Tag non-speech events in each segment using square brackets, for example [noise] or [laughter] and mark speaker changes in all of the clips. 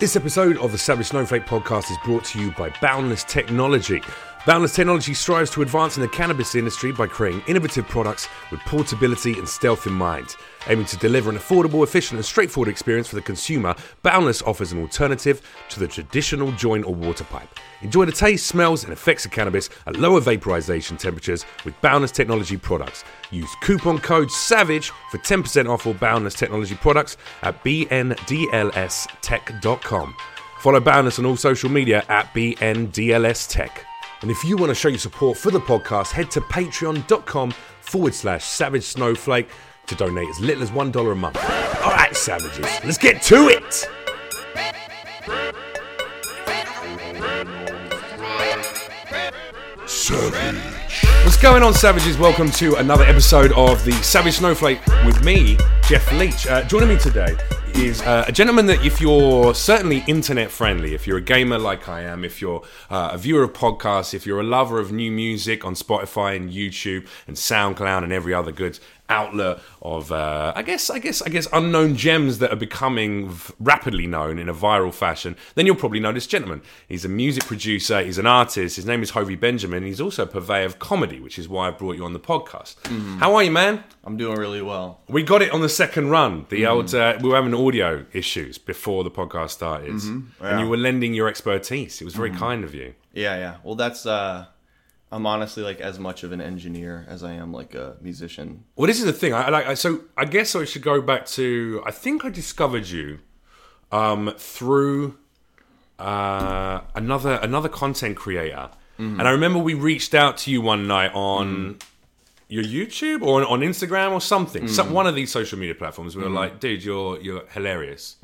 Speaker 1: This episode of the Savage Snowflake podcast is brought to you by Boundless Technology. Boundless Technology strives to advance in the cannabis industry by creating innovative products with portability and stealth in mind. Aiming to deliver an affordable, efficient, and straightforward experience for the consumer, Boundless offers an alternative to the traditional joint or water pipe. Enjoy the taste, smells, and effects of cannabis at lower vaporization temperatures with Boundless Technology products. Use coupon code SAVAGE for 10% off all Boundless Technology products at bndlstech.com. Follow Boundless on all social media at bndlstech. And if you want to show your support for the podcast, head to patreon.com forward slash savage snowflake to donate as little as $1 a month. All right, savages, let's get to it. What's going on, savages? Welcome to another episode of the Savage Snowflake with me, Jeff Leach. Uh, joining me today is uh, a gentleman that, if you're certainly internet friendly, if you're a gamer like I am, if you're uh, a viewer of podcasts, if you're a lover of new music on Spotify and YouTube and SoundCloud and every other good outlet of, uh, I guess, I guess, I guess, unknown gems that are becoming v- rapidly known in a viral fashion, then you'll probably know this gentleman. He's a music producer. He's an artist. His name is Hovey Benjamin. He's also a purveyor of comedy, which is why I brought you on the podcast. How are you, man?
Speaker 2: I'm doing really well.
Speaker 1: We got it on the second run. The old uh, we were having audio issues before the podcast started, and
Speaker 2: Yeah.
Speaker 1: you were lending your expertise. It was very kind of you.
Speaker 2: Yeah, yeah. Well, that's uh I'm honestly like as much of an engineer as I am like a musician.
Speaker 1: Well, this is the thing. I, I like. I, so I guess I should go back to. I think I discovered you um, through uh, another another content creator, and I remember we reached out to you one night on your YouTube or on, on Instagram or something, some, one of these social media platforms. We were like, "Dude, you're you're hilarious."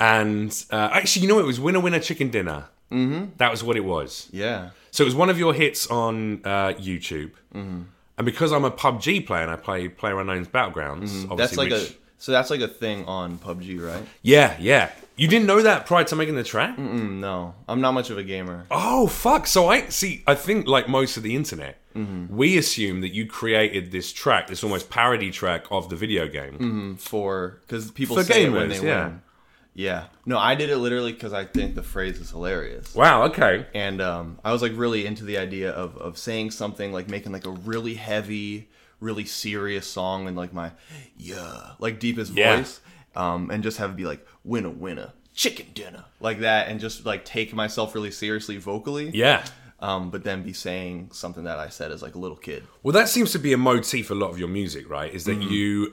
Speaker 1: And uh, actually, you know, it was winner winner chicken dinner. Mm-hmm. That was what it was.
Speaker 2: Yeah.
Speaker 1: So it was one of your hits on uh, YouTube, Mm-hmm. and because I'm a PUBG player and I play Player Unknown's Battlegrounds, obviously,
Speaker 2: Mm-hmm. That's like
Speaker 1: which,
Speaker 2: a so that's like a thing on PUBG, right?
Speaker 1: yeah, yeah. You didn't know that prior to making the track?
Speaker 2: Mm, No, I'm not much of a gamer.
Speaker 1: Oh fuck! So I see. I think like most of the internet,
Speaker 2: Mm-hmm.
Speaker 1: we assume that you created this track, this almost parody track of the video game.
Speaker 2: Mm-hmm. for because people
Speaker 1: For
Speaker 2: say it
Speaker 1: gamers,
Speaker 2: when they
Speaker 1: yeah.
Speaker 2: win. Yeah. No, I did it literally because I think the phrase is hilarious.
Speaker 1: Wow. Okay.
Speaker 2: And um, I was like really into the idea of of saying something like making like a really heavy, really serious song in like my yeah, like deepest
Speaker 1: Yeah.
Speaker 2: voice, um, and just have it be like winner winner chicken dinner like that, and just like take myself really seriously vocally.
Speaker 1: Yeah.
Speaker 2: Um, but then be saying something that I said as like a little kid.
Speaker 1: Well, that seems to be a motif a lot of your music, right? Is
Speaker 2: Mm.
Speaker 1: that you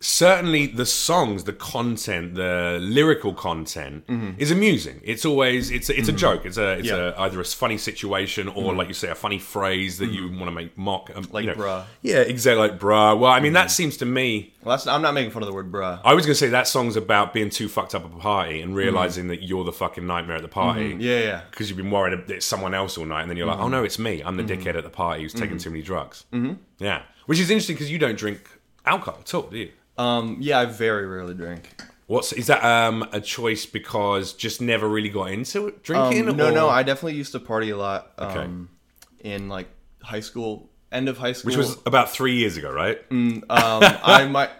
Speaker 1: certainly the songs, the content, the lyrical content is amusing. It's always it's a, it's a joke. It's a it's
Speaker 2: Mm-hmm. Yeah. Mm-hmm.
Speaker 1: a, either a funny situation or like you say a funny phrase that you want to make mock um,
Speaker 2: Mm. Like
Speaker 1: you know.
Speaker 2: bruh. Mm.
Speaker 1: Yeah, exactly like bruh. Well, I mean that seems to me.
Speaker 2: Well, that's I'm not making fun of the word bruh.
Speaker 1: I was gonna say that song's about being too fucked up at a party
Speaker 2: Mm.
Speaker 1: and realizing that you're the fucking nightmare at the party
Speaker 2: Yeah, yeah.
Speaker 1: because you've been worried that it's someone else all night, and then you're
Speaker 2: Mm-hmm.
Speaker 1: like, oh no, it's me. I'm the dickhead at the party who's taking too many drugs. Mm-hmm. Yeah, which is interesting because you don't drink alcohol at all, do you?
Speaker 2: Um, yeah, I very rarely drink.
Speaker 1: What's is that um, a choice because just never really got into it, drinking?
Speaker 2: Um, no,
Speaker 1: or-
Speaker 2: no, I definitely used to party a lot.
Speaker 1: Okay.
Speaker 2: Um, In like high school, end of high school,
Speaker 1: which was about three years ago, right?
Speaker 2: um, I might.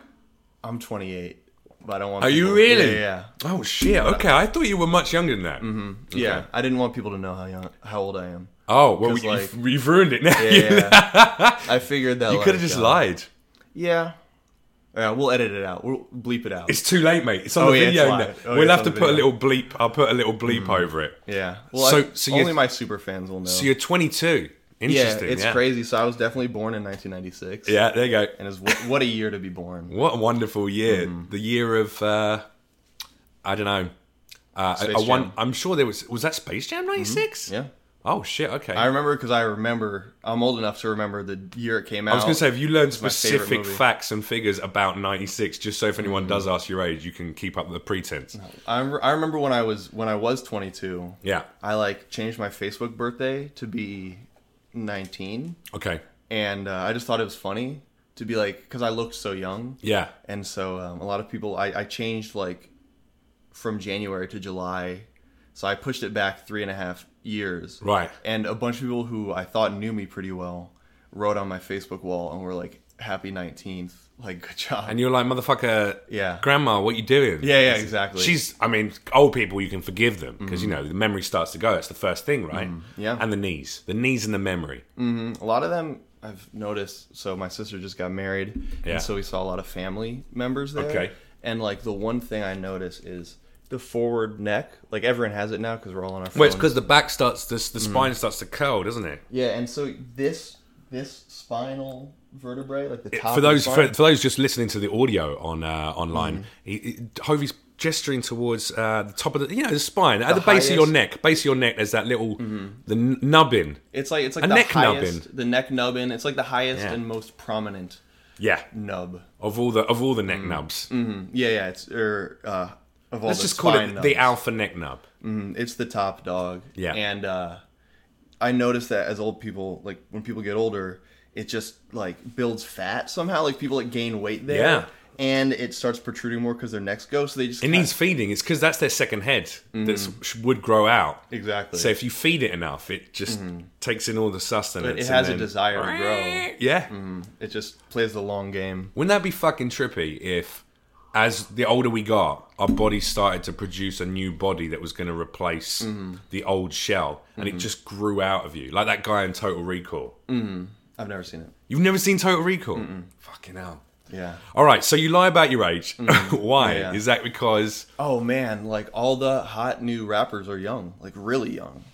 Speaker 2: I'm 28, but I don't want.
Speaker 1: Are you
Speaker 2: people-
Speaker 1: really?
Speaker 2: Yeah, yeah.
Speaker 1: Oh shit! Okay, I thought you were much younger than that. Mm-hmm.
Speaker 2: Yeah, I didn't want people to know how young, how old I
Speaker 1: [laughs]
Speaker 2: am.
Speaker 1: Oh well,
Speaker 2: 'Cause,
Speaker 1: you,
Speaker 2: like-
Speaker 1: you've ruined it [laughs] now.
Speaker 2: Yeah, I figured that
Speaker 1: you could have
Speaker 2: like,
Speaker 1: just
Speaker 2: uh,
Speaker 1: lied.
Speaker 2: Yeah, yeah, we'll edit it out. We'll bleep it out.
Speaker 1: It's too late, mate. It's on
Speaker 2: Oh,
Speaker 1: the
Speaker 2: yeah, it's
Speaker 1: video now.
Speaker 2: live. Oh, yeah,
Speaker 1: we'll
Speaker 2: it's
Speaker 1: have
Speaker 2: on
Speaker 1: to
Speaker 2: the
Speaker 1: put a
Speaker 2: video. Mm-hmm.
Speaker 1: little bleep. I'll put a little bleep over it.
Speaker 2: yeah. Well,
Speaker 1: So-
Speaker 2: I-
Speaker 1: so
Speaker 2: only
Speaker 1: you-
Speaker 2: my super fans will know.
Speaker 1: So you're 22.
Speaker 2: yeah,
Speaker 1: Interesting.
Speaker 2: it's crazy. So I was definitely born in 1996.
Speaker 1: Yeah, there you go.
Speaker 2: and is what, what a year to be born.
Speaker 1: What a wonderful year.
Speaker 2: Mm-hmm.
Speaker 1: The year of, uh, I don't know. Uh, I,
Speaker 2: Space
Speaker 1: I won,
Speaker 2: Jam. Mm-hmm.
Speaker 1: I'm sure there was, was that Space Jam 96?
Speaker 2: Yeah.
Speaker 1: Oh, shit, okay.
Speaker 2: I
Speaker 1: I,
Speaker 2: remember because I remember. I'm old enough to remember the year it came out.
Speaker 1: was going to say, have you learned
Speaker 2: my favorite
Speaker 1: specific
Speaker 2: movie. Mm-hmm.
Speaker 1: facts and figures about 96, just so if anyone does ask your age, you can keep up the pretense?
Speaker 2: I, rem- I remember when I was when I was 22.
Speaker 1: Yeah,
Speaker 2: I like changed my Facebook birthday to be 19,
Speaker 1: okay.
Speaker 2: and uh, I just thought it was funny to be like because I looked so young,
Speaker 1: Yeah.
Speaker 2: and so um, a lot of people I, I changed like from January to July, so I pushed it back three and a half years.
Speaker 1: Right.
Speaker 2: And a bunch of people who I thought knew me pretty well wrote on my Facebook wall and were like, "Happy 19th." Like, good job.
Speaker 1: And you're like, motherfucker, [laughs]
Speaker 2: Yeah.
Speaker 1: grandma, what you doing?
Speaker 2: Yeah, yeah, exactly. Mm-hmm.
Speaker 1: She's, I mean, old people, you can forgive them because, you know, the memory starts to go. That's the first thing, right?
Speaker 2: yeah.
Speaker 1: And the knees. The knees and the memory.
Speaker 2: a lot of them I've noticed. So my sister just got married,
Speaker 1: Yeah.
Speaker 2: and so we saw a lot of family members there.
Speaker 1: Okay.
Speaker 2: And like the one thing I notice is the forward neck. Like everyone has it now because we're all on our phones.
Speaker 1: Well, it's because the back starts, the, the spine starts to curl, doesn't it?
Speaker 2: yeah, and so this this spinal vertebrae, like the top.
Speaker 1: for
Speaker 2: of the
Speaker 1: those for,
Speaker 2: spine-
Speaker 1: for those just listening to the audio on uh,
Speaker 2: Mm.
Speaker 1: online, he, he, Hovey's gesturing towards uh, the top of the you know the spine at the, base of your
Speaker 2: highest- Mm-hmm.
Speaker 1: neck. Base of your neck, there's that little the n- nubbin.
Speaker 2: it's like it's like
Speaker 1: a
Speaker 2: the
Speaker 1: neck
Speaker 2: highest, the neck nubbin. It's like the highest
Speaker 1: Yeah.
Speaker 2: and most prominent
Speaker 1: Yeah,
Speaker 2: nub.
Speaker 1: of all the of all the neck
Speaker 2: Mm.
Speaker 1: nubs,
Speaker 2: Yeah, yeah. It's or uh, of all
Speaker 1: let's
Speaker 2: the
Speaker 1: just call it
Speaker 2: spine
Speaker 1: the
Speaker 2: nubs.
Speaker 1: alpha neck nub.
Speaker 2: Mm, it's the top dog.
Speaker 1: Yeah.
Speaker 2: And uh, I noticed that as old people, like when people get older, it just like builds fat somehow. Like people like gain weight there.
Speaker 1: Yeah.
Speaker 2: And it starts protruding more because their necks go. So they just
Speaker 1: It
Speaker 2: kinda-
Speaker 1: needs feeding. It's because that's their second head that sh would grow out.
Speaker 2: Mm. exactly. Mm-hmm.
Speaker 1: So if you feed it enough, it just takes in all the sustenance.
Speaker 2: But it
Speaker 1: and
Speaker 2: has a Mm.
Speaker 1: then-
Speaker 2: desire to [laughs] grow.
Speaker 1: Yeah.
Speaker 2: It just plays the long game.
Speaker 1: Wouldn't that be fucking trippy if, as the older we got, our bodies started to produce a new body that was going to replace
Speaker 2: Mm-hmm.
Speaker 1: the old shell and it just grew out of you? Like that guy in Total Recall.
Speaker 2: I've never seen it.
Speaker 1: You've never seen Total Recall? Fucking hell.
Speaker 2: Yeah.
Speaker 1: All right, so you lie about your age. [laughs] Why?
Speaker 2: Mm-hmm. Yeah, yeah.
Speaker 1: Is that because.
Speaker 2: Oh man, like all the hot new rappers are young, like really young.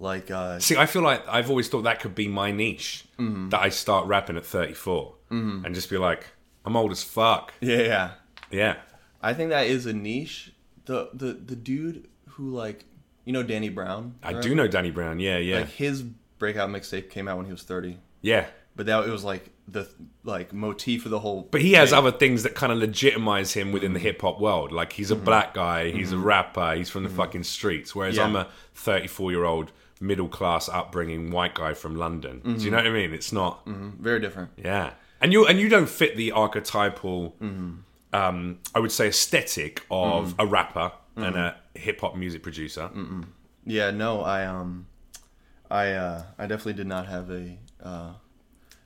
Speaker 2: Like uh,
Speaker 1: See, I feel like I've always thought that could be my niche
Speaker 2: Mm-hmm.
Speaker 1: that I start rapping at 34 and just be like, I'm old as fuck.
Speaker 2: yeah, yeah.
Speaker 1: Yeah.
Speaker 2: I think that is a niche. The the the dude who like you know Danny Brown.
Speaker 1: I
Speaker 2: right?
Speaker 1: do know Danny Brown. Yeah, yeah.
Speaker 2: Like his breakout mixtape came out when he was 30,
Speaker 1: yeah.
Speaker 2: but that it was like the like motif of the whole.
Speaker 1: But he has other things that kind of legitimize him within the hip hop world. Like he's a black guy, he's a rapper, he's from the fucking streets. Whereas
Speaker 2: Yeah.
Speaker 1: I'm a 34 year old middle class upbringing white guy from London. Do you know what I mean? It's not.
Speaker 2: Mm-hmm. very different.
Speaker 1: Yeah. And you and you don't fit the archetypal, um, I would say, aesthetic of a rapper and a hip hop music producer.
Speaker 2: Yeah, no, I um, I uh, I definitely did not have a uh,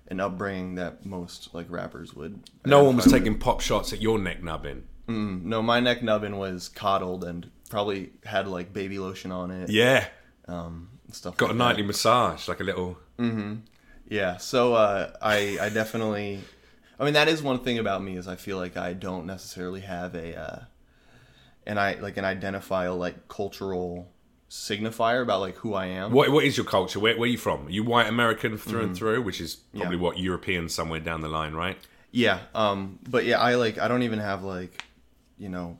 Speaker 2: an upbringing that most like rappers would.
Speaker 1: No one was
Speaker 2: identify
Speaker 1: taking pop shots at your neck nubbin.
Speaker 2: with. no, my neck nubbin was coddled and probably had like baby lotion on it.
Speaker 1: Yeah.
Speaker 2: and stuff.
Speaker 1: Got a
Speaker 2: like
Speaker 1: nightly massage, like a little.
Speaker 2: that. Yeah, so uh, I I definitely. I mean that is one thing about me is I feel like I don't necessarily have a uh, and I like an identifier like cultural signifier about like who I am.
Speaker 1: What, what is your culture? Where, where are you from? Are you white American through
Speaker 2: Mm-hmm.
Speaker 1: and through, which is probably what European somewhere down the line, right?
Speaker 2: Yeah. Um. But yeah, I like. I don't even have like, you know,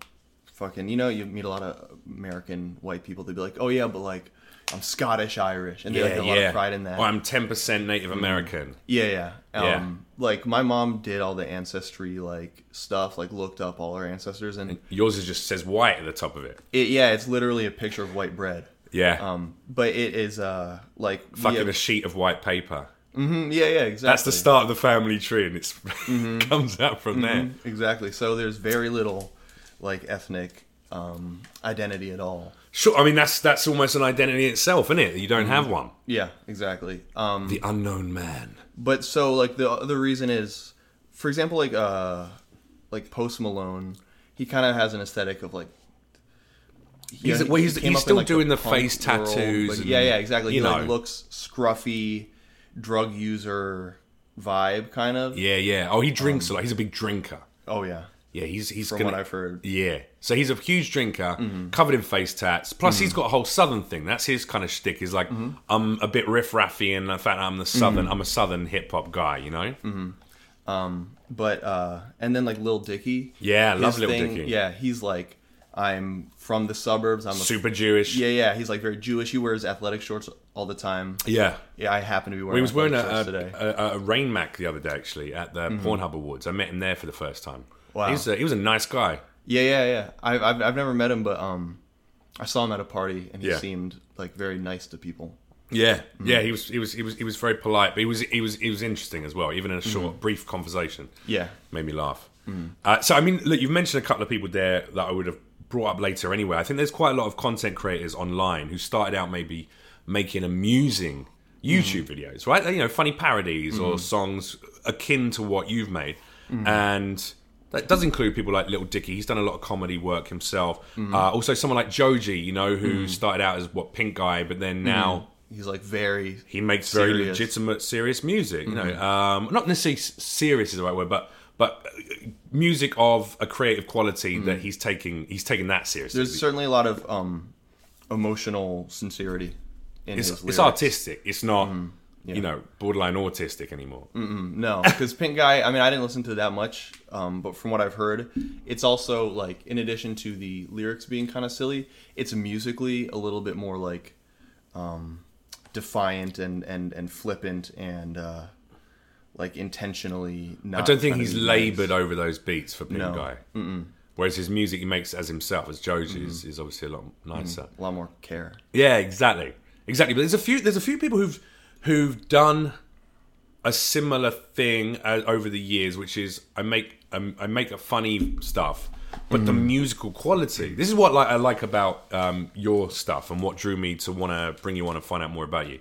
Speaker 2: fucking. You know, you meet a lot of American white people. They'd be like, oh yeah, but like, I'm Scottish Irish, and they like have a lot of pride in that. Mm.
Speaker 1: Or Oh, I'm 10% Native American.
Speaker 2: yeah, yeah.
Speaker 1: Yeah.
Speaker 2: Um. Like my mom did all the ancestry like stuff, like looked up all our ancestors, and
Speaker 1: Yours is just says white at the top of it.
Speaker 2: it, yeah, it's literally a picture of white bread.
Speaker 1: Yeah.
Speaker 2: Um. But it is uh like we
Speaker 1: Fucking
Speaker 2: have-
Speaker 1: a sheet of white paper.
Speaker 2: Mhm, yeah, yeah, Mm-hmm. exactly.
Speaker 1: That's the start of the family tree, and it's [laughs] comes out from
Speaker 2: Mm-hmm.
Speaker 1: there.
Speaker 2: Exactly. So there's very little like ethnic um identity at all.
Speaker 1: Sure, I mean that's that's almost an identity itself, isn't it? You don't have one.
Speaker 2: Yeah, exactly. Mm-hmm. Um.
Speaker 1: The unknown man.
Speaker 2: But so like the other reason is, for example, like uh, like Post Malone, he kind of has an aesthetic of like. you
Speaker 1: He's-
Speaker 2: know, he-
Speaker 1: well, he's-
Speaker 2: he came
Speaker 1: he's
Speaker 2: up in,
Speaker 1: still
Speaker 2: like,
Speaker 1: doing the
Speaker 2: punk
Speaker 1: face
Speaker 2: world,
Speaker 1: tattoos
Speaker 2: but-
Speaker 1: and,
Speaker 2: yeah, yeah, exactly.
Speaker 1: you
Speaker 2: He like
Speaker 1: know.
Speaker 2: looks scruffy, drug user vibe kind of.
Speaker 1: Yeah, yeah. Oh, he drinks a lot. He's a big drinker.
Speaker 2: Oh yeah,
Speaker 1: Yeah, he's he's
Speaker 2: um, from
Speaker 1: gonna,
Speaker 2: what I've heard.
Speaker 1: Yeah. So he's a huge drinker,
Speaker 2: Mm-hmm.
Speaker 1: covered in face tats. Plus, he's got a whole southern thing. That's his kind of shtick. Is like,
Speaker 2: Mm-hmm.
Speaker 1: I'm a bit riffraffy, and in fact, I'm the southern. I'm a southern hip hop guy. You know.
Speaker 2: Mm-hmm. But uh, and then like Lil Dicky.
Speaker 1: Yeah, I
Speaker 2: his
Speaker 1: love Lil
Speaker 2: thing-
Speaker 1: Dicky.
Speaker 2: Yeah, he's like, I'm from the suburbs. I'm a
Speaker 1: Super Jewish.
Speaker 2: yeah, yeah. He's like very Jewish. He wears athletic shorts all the time.
Speaker 1: Yeah.
Speaker 2: Yeah, I happen to be wearing.
Speaker 1: He was wearing a,
Speaker 2: athletic shorts
Speaker 1: a,
Speaker 2: today. Mm-hmm.
Speaker 1: a, a rain mac the other day actually at the Pornhub Awards. I met him there for the first time.
Speaker 2: Wow.
Speaker 1: He was a, he was a nice guy.
Speaker 2: Yeah, yeah, yeah. I've, I've I've never met him, but um, I saw him at a party, and he
Speaker 1: Yeah.
Speaker 2: seemed like very nice to people.
Speaker 1: Yeah,
Speaker 2: Mm-hmm.
Speaker 1: yeah. He was he was he was he was very polite, but he was he was he was interesting as well. Even in a
Speaker 2: Mm-hmm.
Speaker 1: short, brief conversation.
Speaker 2: Yeah.
Speaker 1: made me laugh. Uh, so I mean, look, you've mentioned a couple of people there that I would have brought up later anyway. I think there's quite a lot of content creators online who started out maybe making amusing YouTube videos, right? You know, funny parodies or songs akin to what you've made. and that does include people like Little Dicky. He's done a lot of comedy work himself. Uh, also, someone like Joji, you know, who started out as what pink guy, but then now
Speaker 2: He's like very
Speaker 1: he makes very
Speaker 2: Serious. Mm-hmm.
Speaker 1: legitimate, serious music. You know, um, not necessarily s- serious is the right word, but but uh, music of a creative quality that he's taking. He's taking that seriously.
Speaker 2: Mm. there's certainly a lot of um emotional sincerity in
Speaker 1: it's,
Speaker 2: his
Speaker 1: it's
Speaker 2: lyrics. Mm-hmm.
Speaker 1: artistic. It's not you know borderline autistic anymore.
Speaker 2: Mm. No, because Pink Guy. I mean, I didn't listen to that much, um, but from what I've heard, it's also like in addition to the lyrics being kind of silly, it's musically a little bit more like um, defiant and and and flippant and uh, like intentionally. Not
Speaker 1: I don't think
Speaker 2: trying to
Speaker 1: he's
Speaker 2: be nice.
Speaker 1: laboured over those beats for Pink
Speaker 2: No.
Speaker 1: Guy. Whereas his music he makes as himself, as Joji, is, is obviously a lot nicer.
Speaker 2: a lot more care.
Speaker 1: Yeah, exactly, exactly. But there's a few there's a few people who've who've done a similar thing uh, over the years, which is I make um, I make a funny stuff, but the musical quality. This is what like, I like about um, your stuff and what drew me to want to bring you on and find out more about you.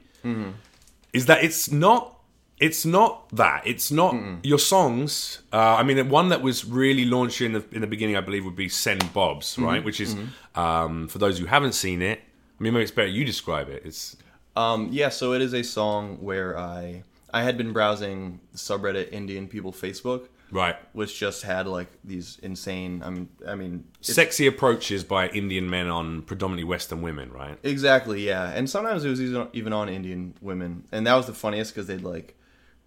Speaker 1: Is that it's not. It's not that. It's not your songs. Uh, I mean, the one that was really launched in the, in the beginning, I believe, would be "Send Bobs,"
Speaker 2: Mm-hmm.
Speaker 1: right? Which is, um, for those who haven't seen it, I mean, maybe it's better you describe it. It's
Speaker 2: Um, yeah, so it is a song where I I had been browsing the subreddit Indian People Facebook,
Speaker 1: right.
Speaker 2: which just had like these insane. I mean, I mean,
Speaker 1: sexy approaches by Indian men on predominantly Western women, right?
Speaker 2: Exactly, yeah. And sometimes it was even even on Indian women, and that was the funniest because they'd like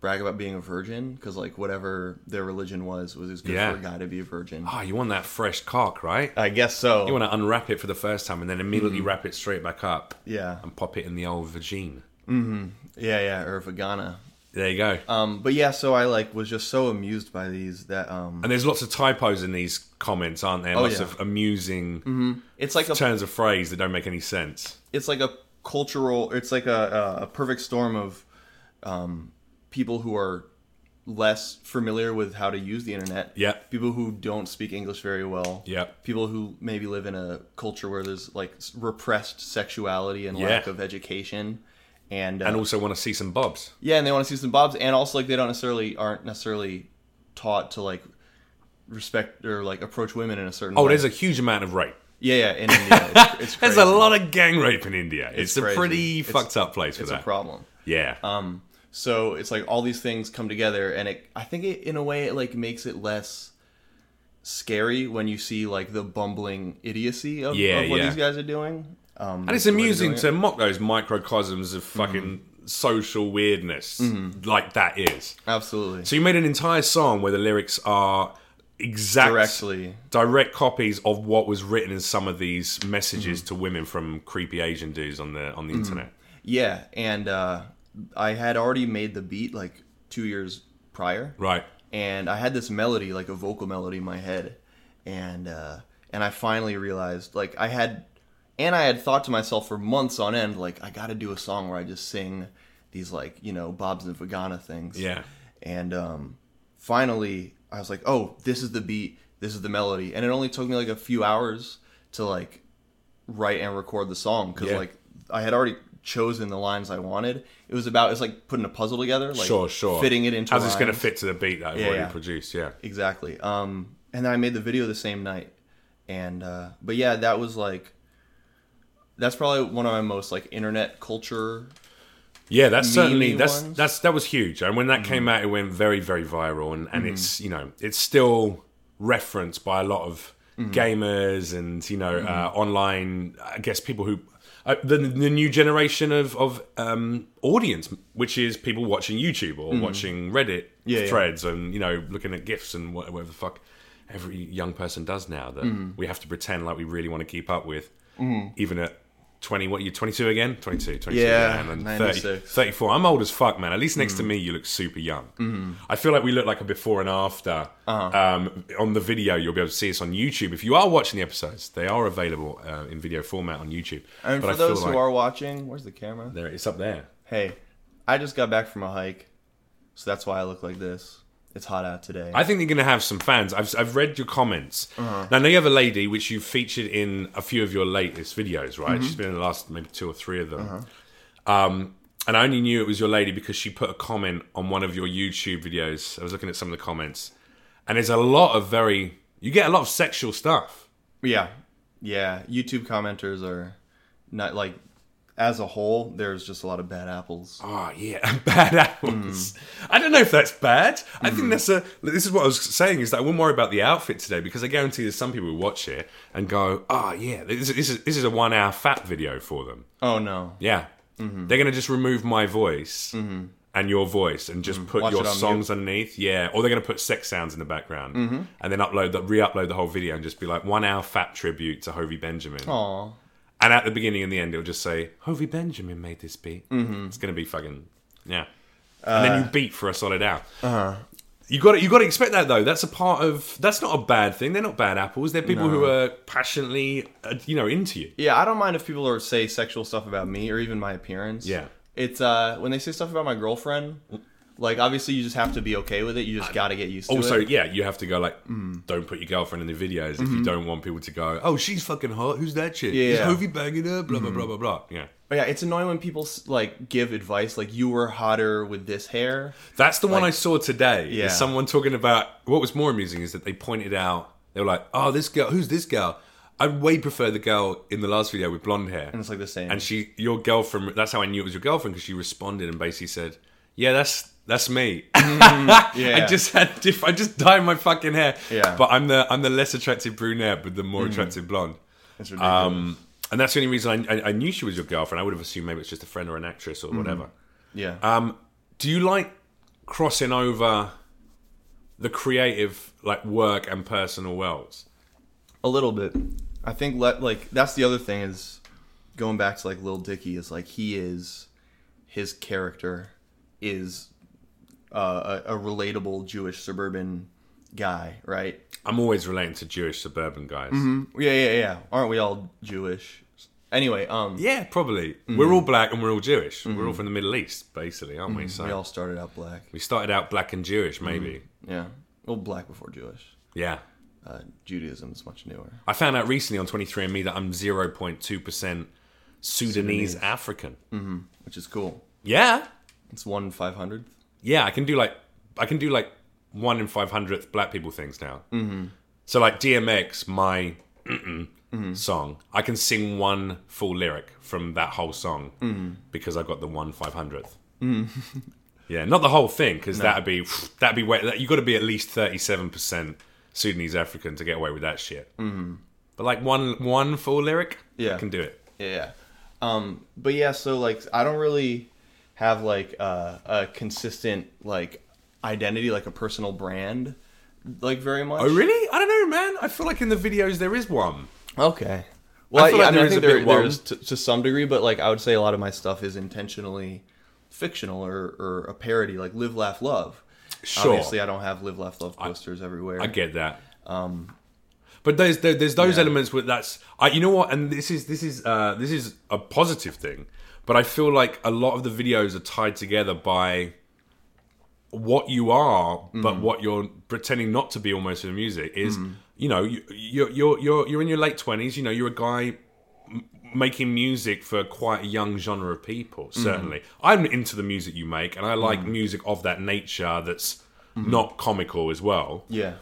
Speaker 2: brag about being a virgin because like whatever their religion was was it was good
Speaker 1: Yeah.
Speaker 2: for a guy to be a virgin.
Speaker 1: Ah, you want that fresh cock, right?
Speaker 2: I guess so.
Speaker 1: You want to unwrap it for the first time and then immediately wrap it straight back up
Speaker 2: Mm-hmm. yeah,
Speaker 1: and pop it in the old vagine.
Speaker 2: yeah, yeah, or Vagana.
Speaker 1: There you go.
Speaker 2: Um, but yeah, so I like was just so amused by these that um,
Speaker 1: and there's lots of typos in these comments, aren't there? lots
Speaker 2: Oh, yeah.
Speaker 1: of amusing
Speaker 2: it's like a
Speaker 1: turns of phrase that don't make any sense.
Speaker 2: it's like a cultural it's like a, a- a perfect storm of um, people who are less familiar with how to use the internet
Speaker 1: Yeah.
Speaker 2: people who don't speak english very well
Speaker 1: Yeah.
Speaker 2: people who maybe live in a culture where there's like s- repressed sexuality and
Speaker 1: Yeah.
Speaker 2: lack of education and, uh,
Speaker 1: And also want to see some bobs.
Speaker 2: yeah and they want to see some bobs and also like they don't necessarily aren't necessarily taught to like respect or like approach women in a certain
Speaker 1: Oh,
Speaker 2: way
Speaker 1: there's a huge amount of rape.
Speaker 2: yeah yeah
Speaker 1: [laughs]
Speaker 2: in india it's, it's
Speaker 1: There's a
Speaker 2: crazy.
Speaker 1: lot of gang rape in India. It's, a
Speaker 2: crazy.
Speaker 1: pretty
Speaker 2: It's-
Speaker 1: fucked up place for
Speaker 2: it's a
Speaker 1: that.
Speaker 2: problem
Speaker 1: yeah.
Speaker 2: Um, so it's like all these things come together, and it I think it in a way it like makes it less scary when you see like the bumbling idiocy of,
Speaker 1: Yeah,
Speaker 2: of what
Speaker 1: yeah.
Speaker 2: these guys are doing. Mm-hmm. Um,
Speaker 1: And it's amusing to mock those microcosms of fucking social weirdness
Speaker 2: Mm-hmm.
Speaker 1: like that is.
Speaker 2: absolutely
Speaker 1: So you made an entire song where the lyrics are exact
Speaker 2: directly.
Speaker 1: direct copies of what was written in some of these messages
Speaker 2: Mm-hmm.
Speaker 1: to women from creepy Asian dudes on the on the internet.
Speaker 2: Yeah, and uh, I had already made the beat like two years prior,
Speaker 1: Right.
Speaker 2: and I had this melody, like a vocal melody in my head, and uh, and I finally realized, like I had, and I had thought to myself for months on end, like I got to do a song where I just sing these like you know Bob's and Vagana things,
Speaker 1: Yeah.
Speaker 2: and um, finally I was like, oh, this is the beat, this is the melody, and it only took me like a few hours to like write and record the song because
Speaker 1: Yeah.
Speaker 2: like I had already chosen the lines I wanted. It was about it's like putting a puzzle together, like
Speaker 1: sure, sure.
Speaker 2: fitting it into
Speaker 1: How's this going to
Speaker 2: lines.
Speaker 1: fit to the beat that I've
Speaker 2: Yeah,
Speaker 1: already
Speaker 2: yeah.
Speaker 1: produced? Yeah.
Speaker 2: Exactly. Um, and then I made the video the same night, and uh, but yeah, that was like, that's probably one of my most like internet culture.
Speaker 1: Yeah, that's certainly
Speaker 2: meme-y
Speaker 1: that's
Speaker 2: ones. Mm.
Speaker 1: that's that was huge, and when that came out, it went very very viral, and and it's you know it's still referenced by a lot of
Speaker 2: Mm.
Speaker 1: gamers and you know uh, online. I guess people who uh, the the new generation of of um, audience, which is people watching YouTube or watching Reddit
Speaker 2: Mm. Yeah, yeah.
Speaker 1: threads, and you know looking at gifs and wha- whatever the fuck every young person does now that
Speaker 2: Mm.
Speaker 1: we have to pretend like we really want to keep up with, even at. 20 what you 22 again 22 22
Speaker 2: Yeah, Mm.
Speaker 1: again, and 30,
Speaker 2: 96.
Speaker 1: 34. I'm old as fuck, man. At least next to me, you look super young.
Speaker 2: Mm-hmm.
Speaker 1: I feel like we look like a before and after.
Speaker 2: Uh-huh.
Speaker 1: Um, on the video, you'll be able to see us on YouTube. If you are watching the episodes, they are available uh, in video format on YouTube.
Speaker 2: And
Speaker 1: But
Speaker 2: for
Speaker 1: I feel
Speaker 2: those
Speaker 1: like-
Speaker 2: who are watching, where's the camera?
Speaker 1: there, it's up there.
Speaker 2: Hey, I just got back from a hike, so that's why I look like this. It's hot out today.
Speaker 1: I think you're going to have some fans. I've, I've read your comments. Now, I know you have a lady which you've featured in a few of your latest videos, right? She's been in the last maybe two or three of them. Um, and I only knew it was your lady because she put a comment on one of your YouTube videos. I was looking at some of the comments. and there's a lot of very you get a lot of sexual stuff.
Speaker 2: Yeah, yeah. YouTube commenters are not like as a whole. There's just a lot of bad apples.
Speaker 1: Oh yeah, [laughs] bad apples.
Speaker 2: Hmm.
Speaker 1: I don't know if that's bad. I think that's a. This is what I was saying is that I wouldn't worry about the outfit today because I guarantee there's some people who watch it and go, oh yeah, this, is- this is this is a one hour fat video for them.
Speaker 2: Oh no.
Speaker 1: Yeah,
Speaker 2: Mm-hmm.
Speaker 1: they're gonna just remove my voice. And your voice, and just put
Speaker 2: Mm-hmm. Watch
Speaker 1: your
Speaker 2: it on
Speaker 1: songs underneath, yeah. Or they're gonna put sex sounds in the background,
Speaker 2: Mm-hmm.
Speaker 1: and then upload the re-upload the whole video, and just be like one hour fat tribute to Hovey Benjamin.
Speaker 2: Aw.
Speaker 1: And at the beginning and the end, it'll just say, Hovey Benjamin made this beat. Mm-hmm. It's going to be fucking, yeah. and then
Speaker 2: Uh,
Speaker 1: you beat for a solid hour. Uh-huh. You got You got to expect that though. That's a part of. That's not a bad thing. They're not bad apples. They're people who are passionately, uh, you know, into you.
Speaker 2: Yeah, I don't mind if people are say sexual stuff about me or even my appearance.
Speaker 1: Yeah.
Speaker 2: It's uh when they say stuff about my girlfriend, like obviously you just have to be okay with it. You just got to get used to
Speaker 1: Also,
Speaker 2: it. Mm. Mm-hmm.
Speaker 1: yeah, you have to go like, don't put your girlfriend in the videos if you don't want people to go, oh, she's fucking hot. Who's that shit? Is
Speaker 2: Yeah.
Speaker 1: Hovey banging her? Blah blah blah blah blah. Yeah.
Speaker 2: But yeah, it's annoying when people s- like give advice like you were hotter with this hair.
Speaker 1: That's the one I saw today.
Speaker 2: Yeah.
Speaker 1: Is someone talking about what was more amusing is that they pointed out they were like, "Oh, this girl, who's this girl? I way prefer the girl in the last video with blonde hair."
Speaker 2: And it's like the same.
Speaker 1: And she, your girlfriend. That's how I knew it was your girlfriend because she responded and basically said, "Yeah, that's that's me. [laughs] I
Speaker 2: yeah.
Speaker 1: just had diff- I just dyed my fucking hair.
Speaker 2: Yeah. Hmm.
Speaker 1: but I'm the I'm the less attractive brunette, but the more attractive blonde.
Speaker 2: It's ridiculous.
Speaker 1: Um, and that's the only reason I, I, I knew she was your girlfriend. I would have assumed maybe it's just a friend or an actress
Speaker 2: Hmm.
Speaker 1: or whatever."
Speaker 2: yeah.
Speaker 1: Um, do you like crossing over the creative, like work and personal worlds?
Speaker 2: A little bit. I think let like that's the other thing is going back to like Lil Dicky is like he is his character is uh, a, a relatable Jewish suburban guy, right?
Speaker 1: I'm always relating to Jewish suburban guys.
Speaker 2: Yeah, yeah, yeah. Aren't we all Jewish? Anyway, um,
Speaker 1: Yeah, probably. We're all black and we're all Jewish. We're all from the Middle East, basically, aren't we? So
Speaker 2: Mm-hmm. we
Speaker 1: we,
Speaker 2: all Mm-hmm. started out black.
Speaker 1: started out black and Jewish, maybe.
Speaker 2: Yeah, well, black before Jewish.
Speaker 1: Yeah.
Speaker 2: Uh, Judaism is much newer.
Speaker 1: I found out recently on 23andMe that I'm 0.2% Sudanese, African.
Speaker 2: hmm which is cool.
Speaker 1: Yeah.
Speaker 2: It's one five hundredth.
Speaker 1: yeah, I can do like I can do like one in five hundredth black people things now. Mm-hmm. So like DMX, my mm-mm song, I can sing one full lyric from that whole song because I got the one five hundredth. [laughs] yeah, not the whole thing because that'd be [sighs] that'd be way, that, you got to be at least thirty seven percent Sudanese African to get away with that shit. Mm-hmm. But like one one full lyric,
Speaker 2: Yeah.
Speaker 1: I can do it.
Speaker 2: Yeah. Um, but yeah, so like I don't really have like uh, a consistent like identity, like a personal brand, like very much.
Speaker 1: Oh really? I don't know, man. I feel like in the videos there is one.
Speaker 2: Okay. Well, I,
Speaker 1: feel
Speaker 2: yeah,
Speaker 1: like
Speaker 2: I mean,
Speaker 1: there
Speaker 2: I
Speaker 1: is
Speaker 2: think
Speaker 1: a
Speaker 2: there,
Speaker 1: bit
Speaker 2: there
Speaker 1: one.
Speaker 2: is to, to some degree, but like I would say a lot of my stuff is intentionally fictional or, or a parody, like Live, Laugh, Love.
Speaker 1: Sure.
Speaker 2: Obviously, I don't have Live, Laugh, Love posters everywhere.
Speaker 1: I get that. Um, but there's there, there's those elements where that's I, you know what, and this is this is uh, this is a positive thing. But I feel like a lot of the videos are tied together by what you are, but what you're pretending not to be almost in the music is. You know, you, you're you're you're you're in your late twenties. You know, you're a guy m- making music for quite a young genre of people. Certainly, I'm into the music you make, and I like music of that nature that's not comical as well.
Speaker 2: yeah.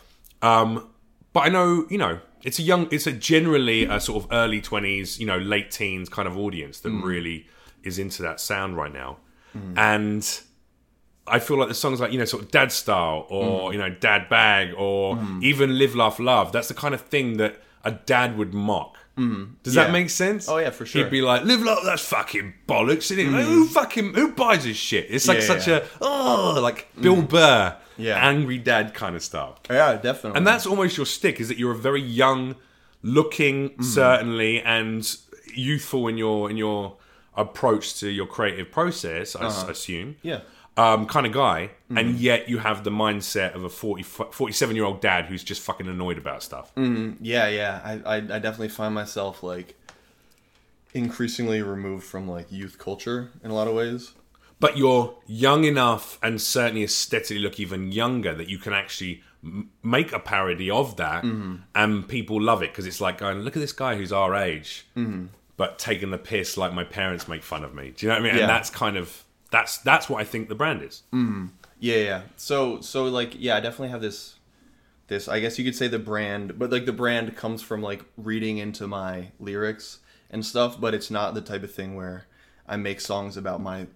Speaker 1: Um, but I know, you know, it's a young, it's a generally a sort of early 20s, you know, late teens kind of audience
Speaker 2: Hmm.
Speaker 1: that really is into that sound right now. And I feel like the songs like, you know, sort of Dad Style
Speaker 2: Hmm.
Speaker 1: or, you know, Dad Bag or even Live, Laugh, Love, that's the kind of thing that a dad would mock. Does that
Speaker 2: Hmm. Yeah.
Speaker 1: make sense?
Speaker 2: Oh, yeah, for sure. Hmm.
Speaker 1: He'd be like, "Live like that's fucking bollocks, isn't it? Like, who fucking who buys this shit?" It's like
Speaker 2: Yeah,
Speaker 1: such
Speaker 2: yeah. Hmm.
Speaker 1: a oh, like Bill Burr,
Speaker 2: Yeah.
Speaker 1: angry dad kind of stuff.
Speaker 2: Yeah, definitely.
Speaker 1: And that's almost your stick is that you're a very young looking certainly and youthful in your in your approach to your creative process I s- assume
Speaker 2: Yeah.
Speaker 1: um, kind of guy and yet you have the mindset of a 40, 47 year old dad who's just fucking annoyed about stuff
Speaker 2: Yeah, yeah. I, I, I definitely find myself like increasingly removed from like youth culture in a lot of ways.
Speaker 1: but you're young enough and certainly aesthetically look even younger that you can actually m- make a parody of that and people love it because it's like going look at this guy who's our age but taking the piss like my parents make fun of me do you know what i mean
Speaker 2: Yeah.
Speaker 1: and that's kind of that's that's what i think the brand is
Speaker 2: Yeah, yeah. So so like yeah, I definitely have this this i guess you could say the brand but like the brand comes from like reading into my lyrics and stuff but it's not the type of thing where i make songs about my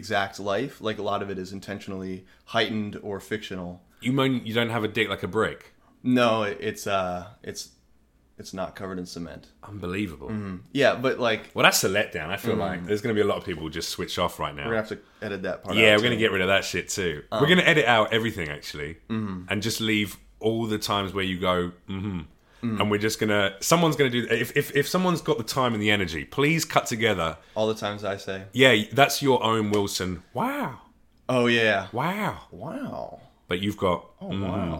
Speaker 2: exact life like a lot of it is intentionally heightened or fictional
Speaker 1: You moan you don't have a dick like a brick.
Speaker 2: no it- it's uh it's it's not covered in cement
Speaker 1: Unbelievable.
Speaker 2: yeah but like
Speaker 1: Well, that's a letdown. I feel like there's going to be a lot of people who just switch off right now.
Speaker 2: we're gonna have to edit that part
Speaker 1: yeah,
Speaker 2: out
Speaker 1: we're going to
Speaker 2: too.
Speaker 1: get rid of that shit too.
Speaker 2: Oh.
Speaker 1: we're going to edit out everything actually,
Speaker 2: Mm-hmm.
Speaker 1: and just leave all the times where you go, mm-hmm.
Speaker 2: Mm.
Speaker 1: and we're just going to. Someone's going to do. If, if if someone's got the time and the energy, please cut together.
Speaker 2: all the times i say
Speaker 1: Yeah, that's your own Wilson. Wow,
Speaker 2: oh yeah
Speaker 1: wow.
Speaker 2: wow
Speaker 1: But you've got.
Speaker 2: wow so Oh, the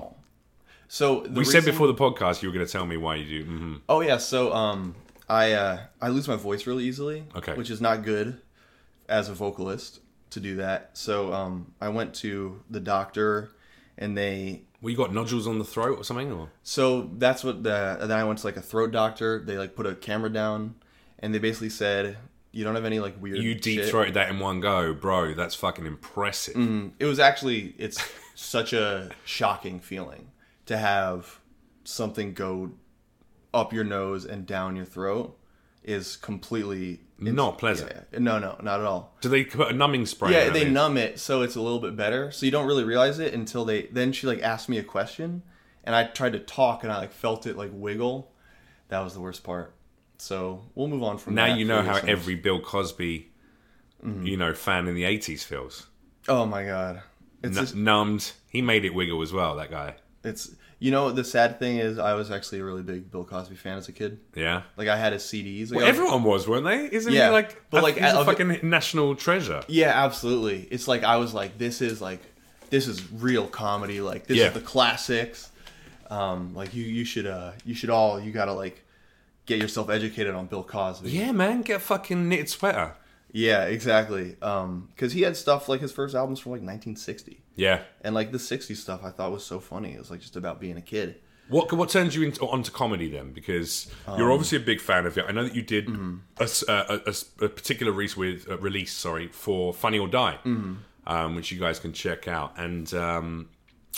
Speaker 1: Mm-hmm. we
Speaker 2: reason-
Speaker 1: said before the podcast you were going to tell me why you do. Mm-hmm.
Speaker 2: Oh yeah, so um, I uh, I lose my voice really easily,
Speaker 1: Okay.
Speaker 2: which is not good as a vocalist to do that. So um, I went to the doctor, and they
Speaker 1: Well, you got nodules on the throat or something, or
Speaker 2: so that's what the and then I went to like a throat doctor. They like put a camera down, and they basically said you don't have any like weird.
Speaker 1: you deep
Speaker 2: shit."
Speaker 1: throated that in one go, bro. That's fucking impressive.
Speaker 2: It was actually it's such a shocking feeling to have something go up your nose and down your throat is completely
Speaker 1: Not pleasant.
Speaker 2: Yeah. No, no, not at all.
Speaker 1: Do they put a numbing spray?
Speaker 2: Yeah,
Speaker 1: around
Speaker 2: they
Speaker 1: it?
Speaker 2: numb it so it's a little bit better. So you don't really realize it until they then she like asked me a question and I tried to talk and I like felt it like wiggle. That was the worst part. So we'll move on from
Speaker 1: Now
Speaker 2: that
Speaker 1: you
Speaker 2: for
Speaker 1: know how
Speaker 2: listeners.
Speaker 1: every Bill Cosby, you know, fan in the '80s feels.
Speaker 2: Oh my god. It's
Speaker 1: N-
Speaker 2: just-
Speaker 1: numbed. He made it wiggle as well. That guy.
Speaker 2: it's you know the sad thing is I was actually a really big Bill Cosby fan as a kid.
Speaker 1: Yeah.
Speaker 2: Like I had his CDs. Like,
Speaker 1: Well,
Speaker 2: I-
Speaker 1: everyone was, weren't they? Isn't
Speaker 2: Yeah,
Speaker 1: he like? But
Speaker 2: but like,
Speaker 1: like,
Speaker 2: I-
Speaker 1: a
Speaker 2: I'll-
Speaker 1: fucking national treasure.
Speaker 2: Yeah, absolutely. It's like I was like, this is like, this is real comedy. Like this
Speaker 1: Yeah.
Speaker 2: is the classics. Um, like you, you should, uh, you should all, you gotta like, get yourself educated on Bill Cosby.
Speaker 1: Yeah, man, get a fucking knitted sweater.
Speaker 2: Yeah, exactly. Um, because he had stuff like his first albums from like 1960,
Speaker 1: Yeah.
Speaker 2: and like the 60s stuff I thought was so funny. It was like just about being a kid.
Speaker 1: What what turns you into onto comedy then? Because you're obviously a big fan of it. I know that you did a s- uh, a, a- a s- a particular release with uh, release, sorry, for Funny or Die, um, which you guys can check out, and um,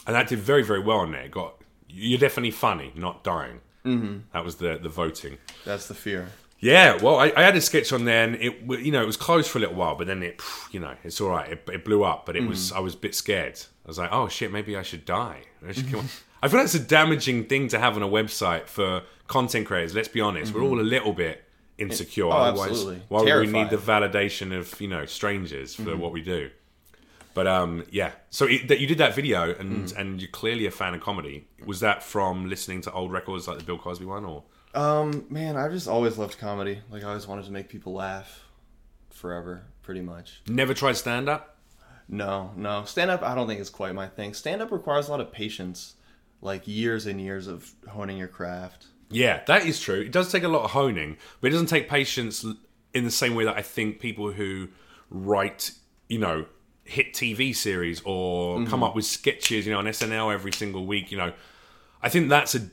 Speaker 1: and that did very very well on there. It Got you're definitely funny, not dying. Mm-hmm. That was the the voting.
Speaker 2: That's the fear.
Speaker 1: Yeah, well, I, I had a sketch on there, and it w- you know it was closed for a little while, but then it pff, you know it's all right. It, it blew up, but it was I was a bit scared. I was like, oh shit, maybe I should die. I, should come on. I feel that's a damaging thing to have on a website for content creators. Let's be honest, we're all a little bit insecure. Otherwise,
Speaker 2: absolutely.
Speaker 1: why would we need
Speaker 2: Terrified.
Speaker 1: the validation of you know strangers for what we do? But um, yeah, so it, that you did that video, and and you're clearly a fan of comedy. Was that from listening to old records like the Bill Cosby one, or
Speaker 2: Um, man, I've just always loved comedy. Like I always wanted to make people laugh, forever, pretty much.
Speaker 1: never tried stand up?
Speaker 2: No, no. Stand up, I don't think is quite my thing. Stand up requires a lot of patience, like years and years of honing your craft.
Speaker 1: Yeah, that is true. It does take a lot of honing, but it doesn't take patience l- in the same way that I think people who write, you know, hit TV series or come up with sketches, you know, on SNL every single week, you know, I think that's a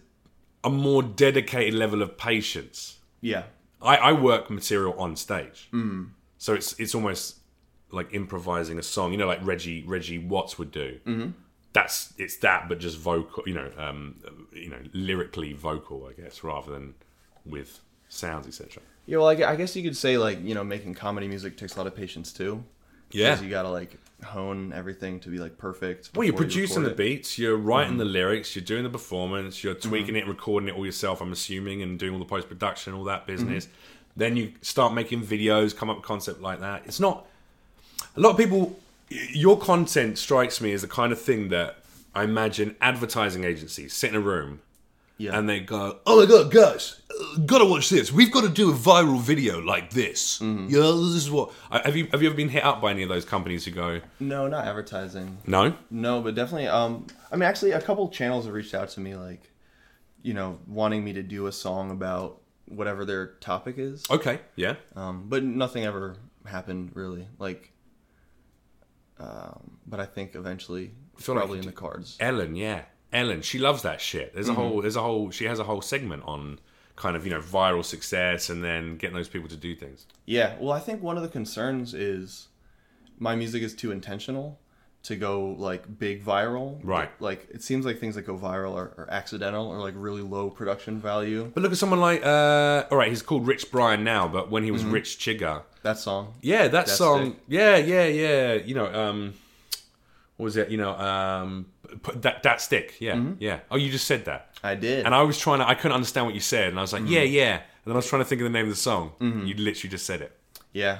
Speaker 1: a more dedicated level of patience.
Speaker 2: Yeah.
Speaker 1: I, I work material on stage, mm. so it's it's almost like improvising a song, you know, like Reggie Reggie Watts would do. Mm-hmm. That's it's that, but just vocal, you know, um, you know, lyrically vocal, I guess, rather than with sounds, etc.
Speaker 2: Yeah, well, I gu- I guess you could say like you know making comedy music takes a lot of patience too. 'Cause You gotta like hone everything to be like perfect.
Speaker 1: Well, you're
Speaker 2: before you
Speaker 1: producing the
Speaker 2: record it. Mm.
Speaker 1: beats, you're writing the lyrics, you're doing the performance, you're tweaking it, recording it all yourself, I'm assuming, and doing all the post production, all
Speaker 2: Mm-hmm.
Speaker 1: that business. Then you start making videos, come up with concept like that. It's not a lot of people. y- Your content strikes me as the kind of thing that I imagine advertising agencies sit in a room
Speaker 2: Yeah.
Speaker 1: and they go, "Oh my god, guys, uh, gotta watch this. We've got to do a viral video like this.
Speaker 2: Mm-hmm.
Speaker 1: You know, this is what." I- Have you have you ever been hit up by any of those companies who go,
Speaker 2: No, not advertising.
Speaker 1: "No,
Speaker 2: No, but definitely. Um, I mean, actually, a couple channels have reached out to me like, you know, wanting me to do a song about whatever their topic is.
Speaker 1: okay, yeah."
Speaker 2: um, but nothing ever happened really. Like, um, but I think eventually, it's
Speaker 1: feel like
Speaker 2: probably
Speaker 1: you
Speaker 2: in the cards.
Speaker 1: Ellen, yeah, Ellen. She loves that shit. There's a whole, there's a whole. She has a whole segment on kind of you know viral success and then getting those people to do things.
Speaker 2: Yeah. Well, I think one of the concerns is my music is too intentional, to go like big viral.
Speaker 1: Right.
Speaker 2: Like it seems like things that go viral are, are accidental or like really low production value.
Speaker 1: But look at someone like, uh, all right, he's called Rich Brian now, but when he was Rich Chigga,
Speaker 2: That song.
Speaker 1: yeah, that
Speaker 2: That's
Speaker 1: song,
Speaker 2: sick.
Speaker 1: yeah, yeah, yeah. You know, um, what was it? You know, um, p- that that stick, yeah, yeah. Oh, you just said that,
Speaker 2: I did.
Speaker 1: and I was trying to, I couldn't understand what you said, and I was like, yeah, yeah, and then I was trying to think of the name of the song. You literally just said it.
Speaker 2: yeah.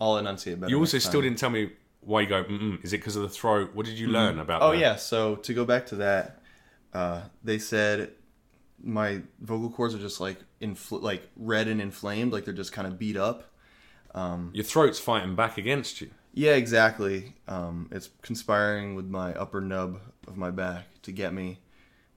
Speaker 2: I'll enunciate better.
Speaker 1: You also
Speaker 2: next time.
Speaker 1: still didn't tell me why you go. Mm-mm. Is it because of the throat? What did you learn about?
Speaker 2: Oh
Speaker 1: that?
Speaker 2: yeah. So to go back to that, uh, they said my vocal cords are just like infl- like red and inflamed, like they're just kind of beat up.
Speaker 1: your throat's fighting back against you.
Speaker 2: Yeah, exactly. Um, it's conspiring with my upper nub of my back to get me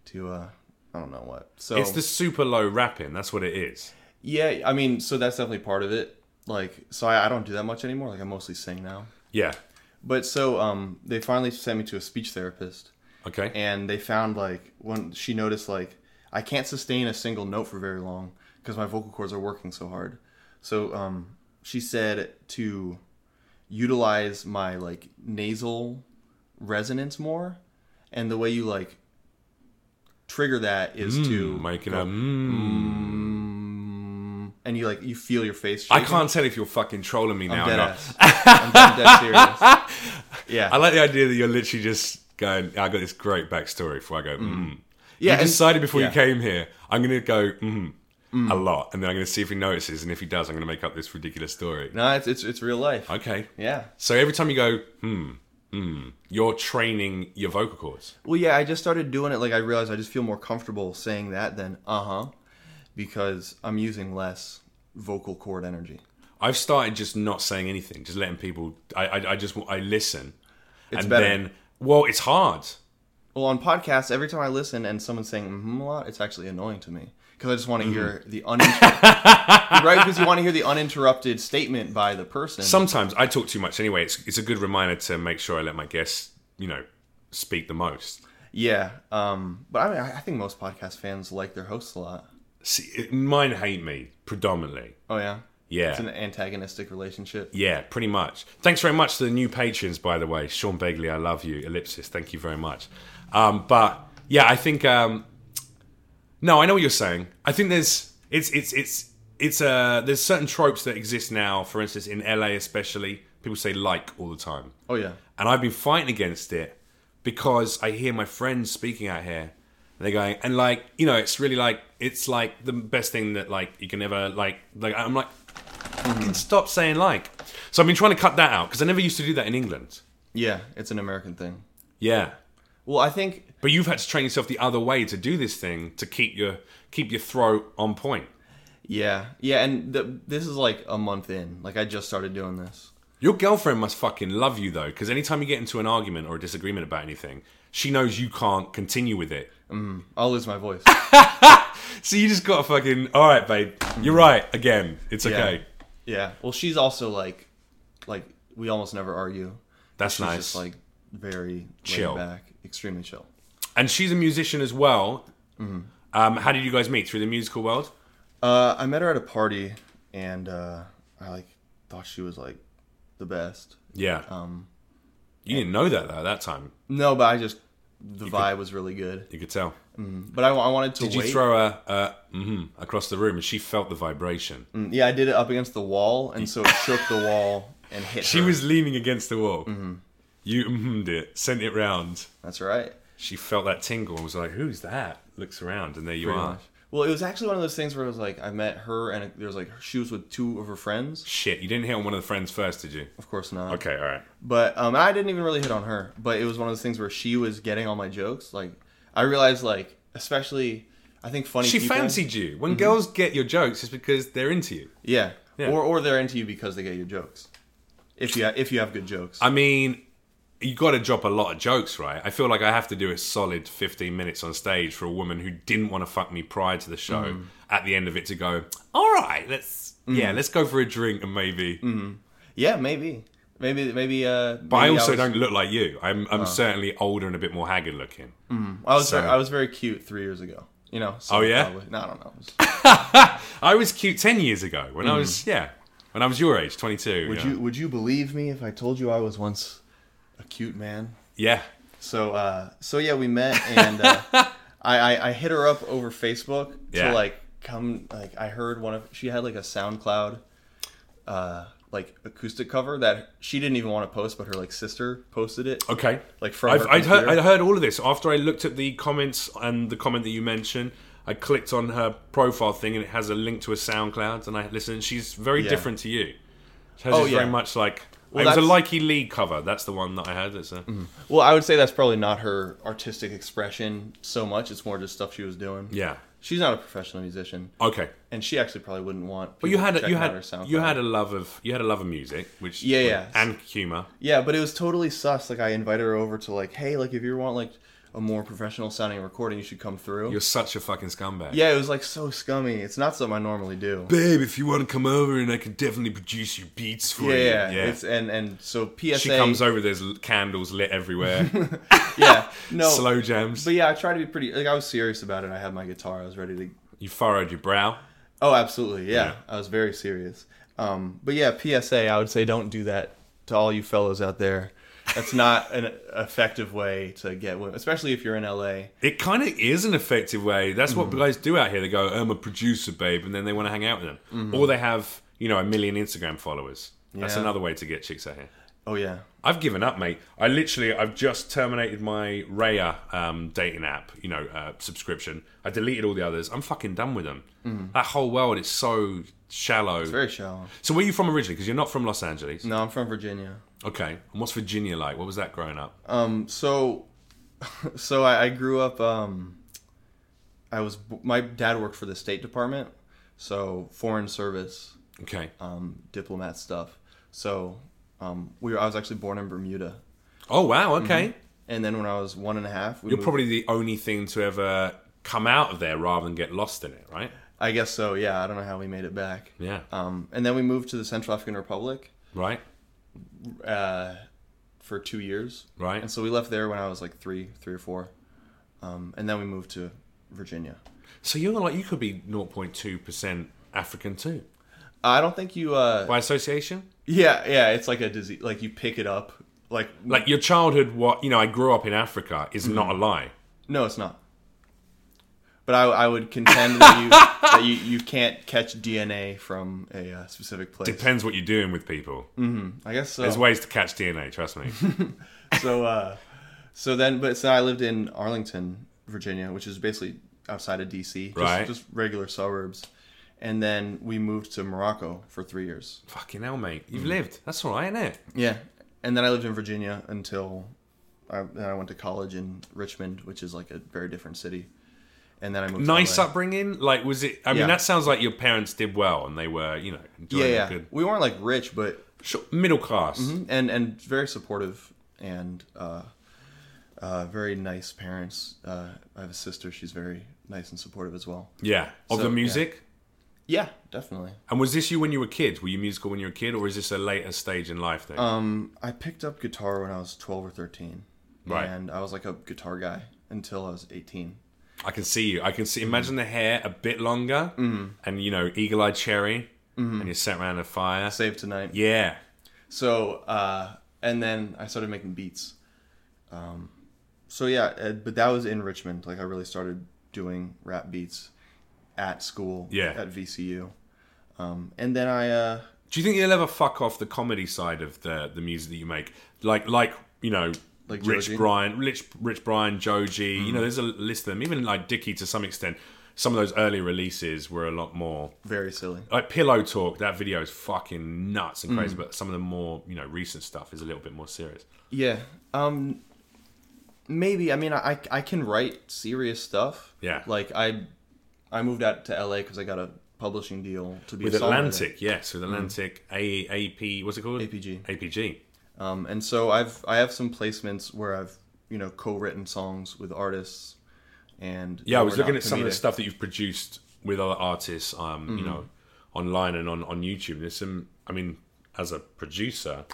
Speaker 2: to uh, I don't know what. So
Speaker 1: It's the super low rapping. That's what it is.
Speaker 2: yeah, I mean, so that's definitely part of it. Like, so I, I don't do that much anymore. Like, I mostly sing now.
Speaker 1: Yeah.
Speaker 2: But so um, they finally sent me to a speech therapist.
Speaker 1: Okay.
Speaker 2: and they found like when she noticed like I can't sustain a single note for very long because my vocal cords are working so hard. So um, she said to utilize my like nasal resonance more, and the way you like trigger that is to
Speaker 1: Making a. Mm.
Speaker 2: and you like you feel your face.
Speaker 1: I
Speaker 2: shaking.
Speaker 1: can't tell if you're fucking trolling me now. or
Speaker 2: Dead
Speaker 1: not.
Speaker 2: ass. I'm dead, dead serious.
Speaker 1: [laughs]
Speaker 2: Yeah,
Speaker 1: I like the idea that you're literally just going. I got this great backstory before I go. Mm.
Speaker 2: yeah.
Speaker 1: you
Speaker 2: and-
Speaker 1: decided before
Speaker 2: yeah.
Speaker 1: you came here. I'm gonna go mm, a lot, and then I'm gonna see if he notices. And if he does, I'm gonna make up this ridiculous story.
Speaker 2: No, it's it's it's real life.
Speaker 1: Okay.
Speaker 2: Yeah.
Speaker 1: So every time you go hmm hmm, you're training your vocal cords.
Speaker 2: Well, yeah, I just started doing it. Like, I realized I just feel more comfortable saying that than uh huh, because I'm using less vocal cord energy.
Speaker 1: I've started just not saying anything, just letting people. I I, I just I listen, and
Speaker 2: better.
Speaker 1: then well, it's hard.
Speaker 2: Well, on podcasts, every time I listen and someone's saying mm a lot, it's actually annoying to me because I just want to hear the uninterrupted. [laughs] right? Because you want to hear the uninterrupted statement by the person.
Speaker 1: Sometimes I talk too much anyway. It's it's a good reminder to make sure I let my guests you know speak the most.
Speaker 2: yeah. Um, but I mean, I I think most podcast fans like their hosts a lot.
Speaker 1: See, it- mine hate me predominantly.
Speaker 2: Oh, yeah.
Speaker 1: Yeah.
Speaker 2: It's an antagonistic relationship.
Speaker 1: Yeah, pretty much. Thanks very much to the new patrons, by the way. Sean Begley, I love you. Ellipsis, thank you very much. Um, but yeah, I think um, no, I know what you're saying. I think there's it's it's it's it's uh there's certain tropes that exist now. For instance, in LA especially, people say like all the time,
Speaker 2: Oh, yeah.
Speaker 1: and I've been fighting against it because I hear my friends speaking out here. and They're going and like you know, it's really like it's like the best thing that like you can ever like like I'm like fucking stop saying like. So I've been trying to cut that out because I never used to do that in England.
Speaker 2: Yeah. It's an American thing.
Speaker 1: Yeah,
Speaker 2: Well, I think
Speaker 1: but you've had to train yourself the other way to do this thing to keep your keep your throat on point.
Speaker 2: Yeah, yeah, and th- this is like a month in. Like I just started doing this.
Speaker 1: Your girlfriend must fucking love you though, because anytime you get into an argument or a disagreement about anything, she knows you can't continue with it.
Speaker 2: I'll lose my
Speaker 1: [laughs]
Speaker 2: voice.
Speaker 1: So you just gotta fucking all right, babe. You're right again. It's
Speaker 2: Yeah.
Speaker 1: okay.
Speaker 2: yeah. Well, she's also like, like we almost never argue.
Speaker 1: That's
Speaker 2: She's
Speaker 1: nice.
Speaker 2: just like very
Speaker 1: Chill.
Speaker 2: chill, back, extremely chill.
Speaker 1: and she's a musician as well.
Speaker 2: Mm-hmm.
Speaker 1: Um, how did you guys meet through the musical world?
Speaker 2: Uh, I met her at a party, and uh, I like thought she was like the best.
Speaker 1: Yeah.
Speaker 2: Um,
Speaker 1: you didn't know that though. at That time
Speaker 2: No, but I just the vibe was really good.
Speaker 1: you could tell.
Speaker 2: But I, I wanted to
Speaker 1: Did
Speaker 2: wait.
Speaker 1: you throw a, a mhm across the room and she felt the vibration?
Speaker 2: Mm, yeah, I did it up against the wall, and so it shook the wall and hit.
Speaker 1: She
Speaker 2: her.
Speaker 1: was leaning against the wall.
Speaker 2: Mm-hmm.
Speaker 1: You mhm'd it, sent it round.
Speaker 2: That's right.
Speaker 1: She felt that tingle and was like, "Who's that?" Looks around and there you
Speaker 2: pretty
Speaker 1: are.
Speaker 2: much. Well, it was actually one of those things where it was like I met her and it- there was like she was with two of her friends.
Speaker 1: Shit, you didn't hit on one of the friends first, did you?
Speaker 2: Of course not.
Speaker 1: Okay, all right.
Speaker 2: But um, I didn't even really hit on her. But it was one of those things where she was getting all my jokes. Like I realized, like especially I think funny.
Speaker 1: She
Speaker 2: people-
Speaker 1: fancied you.
Speaker 2: Mm-hmm.
Speaker 1: When girls get your jokes, it's because they're into you.
Speaker 2: Yeah.
Speaker 1: Yeah.
Speaker 2: Or or they're into you because they get your jokes. If you if you have good jokes.
Speaker 1: I mean, you got to drop a lot of jokes, right? I feel like I have to do a solid 15 minutes on stage for a woman who didn't want to fuck me prior to the show.
Speaker 2: Mm.
Speaker 1: At the end of it, to go, all right, let's yeah, let's go for a drink and maybe.
Speaker 2: yeah, maybe. Maybe maybe. Uh,
Speaker 1: But I
Speaker 2: Mm. maybe
Speaker 1: also
Speaker 2: was- Oh.
Speaker 1: don't look like you. I'm I'm certainly older and a bit more haggard looking.
Speaker 2: I was
Speaker 1: so-
Speaker 2: very, I was very cute three years ago. You know. So
Speaker 1: Oh, yeah?
Speaker 2: probably- no, I don't know.
Speaker 1: I was cute 10 years ago when I was yeah when I was your age, 22.
Speaker 2: Mm. Would
Speaker 1: yeah.
Speaker 2: you would you believe me if I told you I was once a cute man?
Speaker 1: Yeah.
Speaker 2: So uh, so yeah, we met
Speaker 1: [laughs]
Speaker 2: and uh, I, I I hit her up over Facebook
Speaker 1: Yeah.
Speaker 2: to like come like I heard one of she had like a SoundCloud uh like acoustic cover that she didn't even want to post, but her like sister posted it.
Speaker 1: Okay.
Speaker 2: Like from
Speaker 1: I've,
Speaker 2: her
Speaker 1: I'd heard,
Speaker 2: computer?
Speaker 1: I heard all of this after I looked at the comments and the comment that you mentioned. I clicked on her profile thing and it has a link to a SoundCloud, and I listened. She's very
Speaker 2: Yeah.
Speaker 1: different to you. Hers
Speaker 2: Oh,
Speaker 1: is
Speaker 2: yeah.
Speaker 1: very much like
Speaker 2: Well,
Speaker 1: it was a
Speaker 2: that's- Mm.
Speaker 1: Likey Lee cover. That's the one that I had. It's a,
Speaker 2: Well, I would say that's probably not her artistic expression so much. It's more just stuff she was doing.
Speaker 1: yeah.
Speaker 2: She's not a professional musician,
Speaker 1: Okay.
Speaker 2: and she actually probably wouldn't want.
Speaker 1: But you
Speaker 2: people
Speaker 1: had a,
Speaker 2: checking
Speaker 1: you
Speaker 2: out her
Speaker 1: had
Speaker 2: SoundCloud.
Speaker 1: you had a love of you had a love of music, which
Speaker 2: Yeah, yeah.
Speaker 1: and humor.
Speaker 2: Yeah, but it was totally sus. Like I invited her over to like, hey, like if you want like a more professional sounding recording, you should come through.
Speaker 1: You're such a fucking scumbag.
Speaker 2: yeah, it was like so scummy. It's not something I normally do.
Speaker 1: Babe, if you want to come over, and I can definitely produce you beats for
Speaker 2: Yeah,
Speaker 1: you.
Speaker 2: yeah, It's and and so PSA.
Speaker 1: She comes over. There's l- candles lit everywhere.
Speaker 2: Yeah, [laughs]
Speaker 1: [laughs]
Speaker 2: no.
Speaker 1: Slow jams.
Speaker 2: But yeah, I try to be pretty. Like I was serious about it. I had my guitar. I was ready to.
Speaker 1: You furrowed your brow.
Speaker 2: Oh, absolutely. Yeah,
Speaker 1: Yeah.
Speaker 2: I was very serious. Um, but yeah, PSA. I would say don't do that to all you fellows out there. That's not an effective way to get women, especially if you're in LA.
Speaker 1: It kind of is an effective way. That's
Speaker 2: Mm.
Speaker 1: what guys do out here. They go, "I'm a producer, babe," and then they want to hang out with them, or they have, you know, a million Instagram followers. That's
Speaker 2: Mm-hmm. Yeah.
Speaker 1: another way to get chicks out here.
Speaker 2: Oh yeah.
Speaker 1: I've given up, mate. I literally, I've just terminated my Raya um, dating app, you know, uh, subscription. I deleted all the others. I'm fucking done with them. That whole world is so shallow.
Speaker 2: Mm. Very Mm. shallow.
Speaker 1: so, where are you from originally? Because you're not from Los Angeles.
Speaker 2: No, I'm from Virginia.
Speaker 1: Okay. And what's Virginia like? What was that growing up?
Speaker 2: Um, so, [laughs] so I, I grew up. Um, I was my dad worked for the State Department, so foreign service,
Speaker 1: Okay.
Speaker 2: um, diplomat stuff. So, um, we were, I was actually born in Bermuda,
Speaker 1: Oh wow. Okay.
Speaker 2: Mm-hmm. and then when I was one and a half, we
Speaker 1: You're
Speaker 2: moved-
Speaker 1: probably the only thing to ever come out of there rather than get lost in it, right?
Speaker 2: I guess so. Yeah, I don't know how we made it back.
Speaker 1: Yeah.
Speaker 2: Um, and then we moved to the Central African Republic
Speaker 1: Right.
Speaker 2: uh, for two years,
Speaker 1: Right.
Speaker 2: and so we left there when I was like three, three or four, um, and then we moved to Virginia.
Speaker 1: So you're like you could be 0.2 percent African too
Speaker 2: I don't think you. Uh,
Speaker 1: by association.
Speaker 2: Yeah, yeah, it's like a disease. Like you pick it up. Like
Speaker 1: Like your childhood, what you know, I grew up in Africa is not a lie.
Speaker 2: no, it's not. But I, I would
Speaker 1: [laughs]
Speaker 2: contend that you that you, you can't catch DNA from a uh, specific place.
Speaker 1: Depends what you're doing with people.
Speaker 2: I guess
Speaker 1: There's
Speaker 2: so.
Speaker 1: ways to catch DNA. Trust
Speaker 2: [laughs]
Speaker 1: me.
Speaker 2: so uh, so then, but so I lived in Arlington, Virginia, which is basically outside of DC, just,
Speaker 1: Right.
Speaker 2: Just regular suburbs. And then we moved to Morocco for three years.
Speaker 1: Fucking hell, mate. You've
Speaker 2: Mm.
Speaker 1: lived. That's all right, isn't it?
Speaker 2: Yeah, and then I lived in Virginia until I, then I went to college in Richmond, which is like a very different city. And then I moved.
Speaker 1: Nice
Speaker 2: to LA.
Speaker 1: upbringing. Like, was it? I mean,
Speaker 2: Yeah.
Speaker 1: that sounds like your parents did well, and they were, you know, enjoying
Speaker 2: Yeah,
Speaker 1: a
Speaker 2: yeah. Mm-hmm.
Speaker 1: good
Speaker 2: We weren't like rich, but mm,
Speaker 1: Sure, middle class.
Speaker 2: and and very supportive and uh, uh, very nice parents. Uh, I have a sister; she's very nice and supportive as well.
Speaker 1: Yeah, of
Speaker 2: So,
Speaker 1: the
Speaker 2: yeah.
Speaker 1: music.
Speaker 2: Yeah, definitely.
Speaker 1: And was this you when you were a kid? Were you musical when you were a kid, or is this a later stage in life thing?
Speaker 2: Um, I picked up guitar when I was twelve or thirteen,
Speaker 1: Right.
Speaker 2: and I was like a guitar guy until I was eighteen.
Speaker 1: I can see you. I can
Speaker 2: Mm.
Speaker 1: see. Imagine the hair a bit longer, and you know, eagle-eyed cherry,
Speaker 2: Mm-hmm.
Speaker 1: and you're sat around a fire.
Speaker 2: Save tonight.
Speaker 1: Yeah,
Speaker 2: So, uh, and then I started making beats. Um, so yeah, uh, but that was in Richmond. Like I really started doing rap beats at school.
Speaker 1: Yeah.
Speaker 2: At VCU. Um, and then I, uh,
Speaker 1: Do you think you'll ever fuck off the comedy side of the the music that you make? Like like you know,
Speaker 2: Like
Speaker 1: Rich
Speaker 2: Joji? Mm-hmm.
Speaker 1: Brian, Rich Rich Brian, Joji. You know, there's a list of them. Even like Dickie to some extent. Some of those early releases were a lot more
Speaker 2: very silly.
Speaker 1: like Pillow Talk. That video is fucking nuts and
Speaker 2: Mm.
Speaker 1: crazy. But some of the more you know recent stuff is a little bit more serious.
Speaker 2: Yeah. Um, maybe, I mean, I, I can write serious stuff.
Speaker 1: Yeah.
Speaker 2: Like I, I moved out to LA cause I got a publishing deal to be
Speaker 1: With
Speaker 2: a songwriter.
Speaker 1: Atlantic, yes, with Atlantic A AP. What's it called?
Speaker 2: APG.
Speaker 1: APG.
Speaker 2: Um, and so I've, I have some placements where I've, you know, co-written songs with artists and
Speaker 1: Yeah, I was
Speaker 2: we're not
Speaker 1: looking at some of the
Speaker 2: comedic.
Speaker 1: stuff that you've produced with other artists, um, you know, online and on, on YouTube. There's some, I mean, as a producer,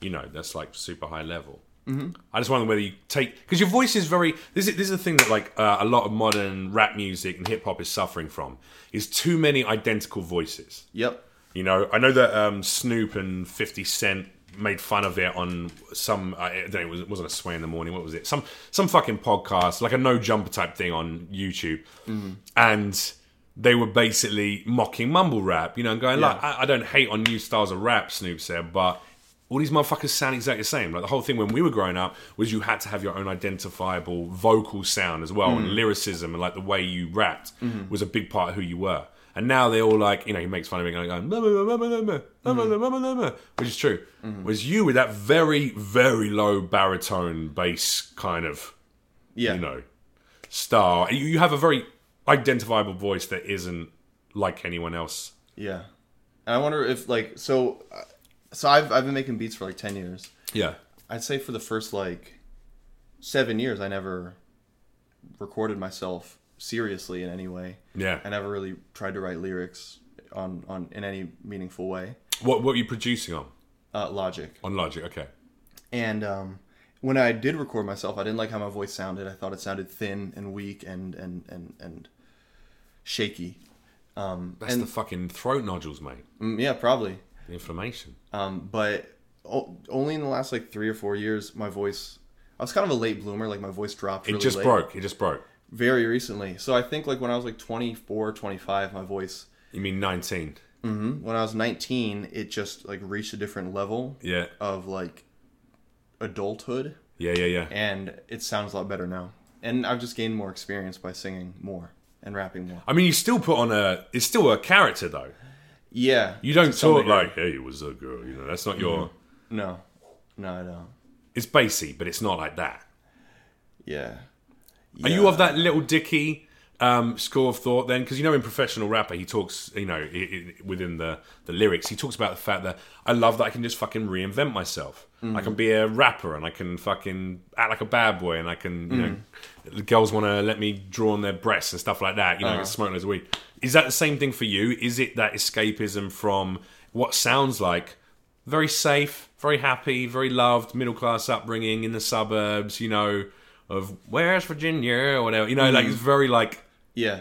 Speaker 1: you know, that's like super high level. Mm-hmm. I just wonder whether you take because your voice is very. This is this is the thing that like uh, a lot of modern rap music and hip hop is suffering from is too many identical voices.
Speaker 2: Yep.
Speaker 1: You know, I know that um, Snoop and Fifty Cent made fun of it on some. uh, I don't know, it, was, it wasn't a sway in the morning. What was it? Some some fucking podcast, like a no jumper type thing on YouTube, and they were basically mocking mumble rap. You know, and going like, I, I don't hate on new styles of rap. Snoop said, but. All these motherfuckers sound exactly the same. Like the whole thing when we were growing up was you had to have your own identifiable vocal sound as well, and lyricism and like the way you rapped was a big part of who you were. And now they're all like, you know, he makes fun of me going, going "Mama, mama, mama, mama, mama, mama, mama," which is true. Was you with that very, very low baritone bass kind of,
Speaker 2: Yeah.
Speaker 1: you know, star. You, you have a very identifiable voice that isn't like anyone else.
Speaker 2: Yeah. And I wonder if like so uh, so I've I've been making beats for like 10 years.
Speaker 1: Yeah.
Speaker 2: I'd say for the first like 7 years I never recorded myself seriously in any way.
Speaker 1: Yeah.
Speaker 2: I never really tried to write lyrics on on in any meaningful way.
Speaker 1: What, what were you producing on?
Speaker 2: Uh logic.
Speaker 1: On Logic, okay.
Speaker 2: And um when I did record myself, I didn't like how my voice sounded. I thought it sounded thin and weak and and and and shaky. Um
Speaker 1: That's
Speaker 2: and
Speaker 1: the fucking throat nodules, mate.
Speaker 2: mm, yeah, probably.
Speaker 1: The inflammation.
Speaker 2: um, but o- only in the last like three or four years my voice i was kind of a late bloomer like my voice dropped
Speaker 1: It
Speaker 2: really
Speaker 1: just
Speaker 2: late,
Speaker 1: broke. It just broke.
Speaker 2: very recently so i think like when i was like 24 25 my voice
Speaker 1: You mean 19? Mm-hmm.
Speaker 2: mm, when i was 19 it just like reached a different level
Speaker 1: Yeah.
Speaker 2: of like adulthood
Speaker 1: Yeah, yeah, yeah.
Speaker 2: and it sounds a lot better now and i've just gained more experience by singing more and rapping more
Speaker 1: I mean, you still put on a. It's still a character, though.
Speaker 2: yeah
Speaker 1: You don't
Speaker 2: to some
Speaker 1: talk
Speaker 2: degree.
Speaker 1: like, hey, it was a girl. You know, that's not your.
Speaker 2: Mm-hmm. no no i don't
Speaker 1: It's bassy, but it's not like that.
Speaker 2: yeah
Speaker 1: Are you of that little Dicky um, score of thought then? Because you know, in professional rapper, he talks, you know, i i within the, the lyrics, he talks about the fact that I love that I can just fucking reinvent myself. I can be a rapper and I can fucking act like a bad boy and I can, you know, the girls want to let me draw on their breasts and stuff like that. You know, I can smoke loads of weed. Is that the same thing for you? Is it that escapism from what sounds like very safe, very happy, very loved, middle class upbringing in the suburbs, you know, of where's Virginia or whatever. You know, like
Speaker 2: Mm.
Speaker 1: it's very like,
Speaker 2: yeah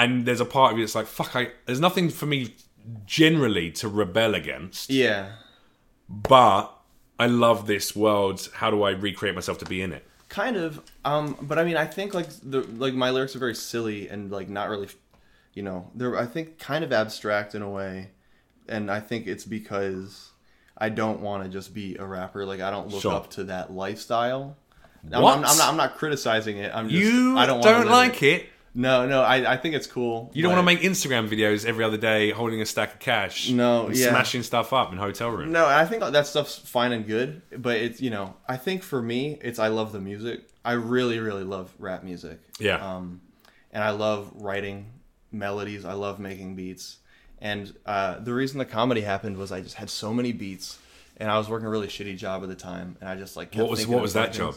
Speaker 1: and there's a part of you that's like, fuck, I, there's nothing for me generally to rebel against,
Speaker 2: yeah
Speaker 1: but I love this world. How do I recreate myself to be in it?
Speaker 2: kind of um but i mean i think like the like my lyrics are very silly and like not really you know they're i think kind of abstract in a way and i think it's because i don't want to just be a rapper like i don't look
Speaker 1: Sure.
Speaker 2: up to that lifestyle I'm,
Speaker 1: What?
Speaker 2: I'm, I'm not i'm not criticizing it i'm just
Speaker 1: You
Speaker 2: i
Speaker 1: don't,
Speaker 2: don't, wanna live
Speaker 1: like it.
Speaker 2: no no i i think it's cool
Speaker 1: You don't want to make Instagram videos every other day holding a stack of cash.
Speaker 2: No,
Speaker 1: and
Speaker 2: yeah.
Speaker 1: Smashing stuff up in hotel rooms.
Speaker 2: no i think that stuff's fine and good but it's you know i think for me it's i love the music i really really love rap music
Speaker 1: Yeah.
Speaker 2: um, and I love writing melodies. I love making beats. And uh, the reason the comedy happened was I just had so many beats, and I was working a really shitty job at the time, and I just like kept
Speaker 1: What was-
Speaker 2: thinking
Speaker 1: what
Speaker 2: of
Speaker 1: was that job?
Speaker 2: things.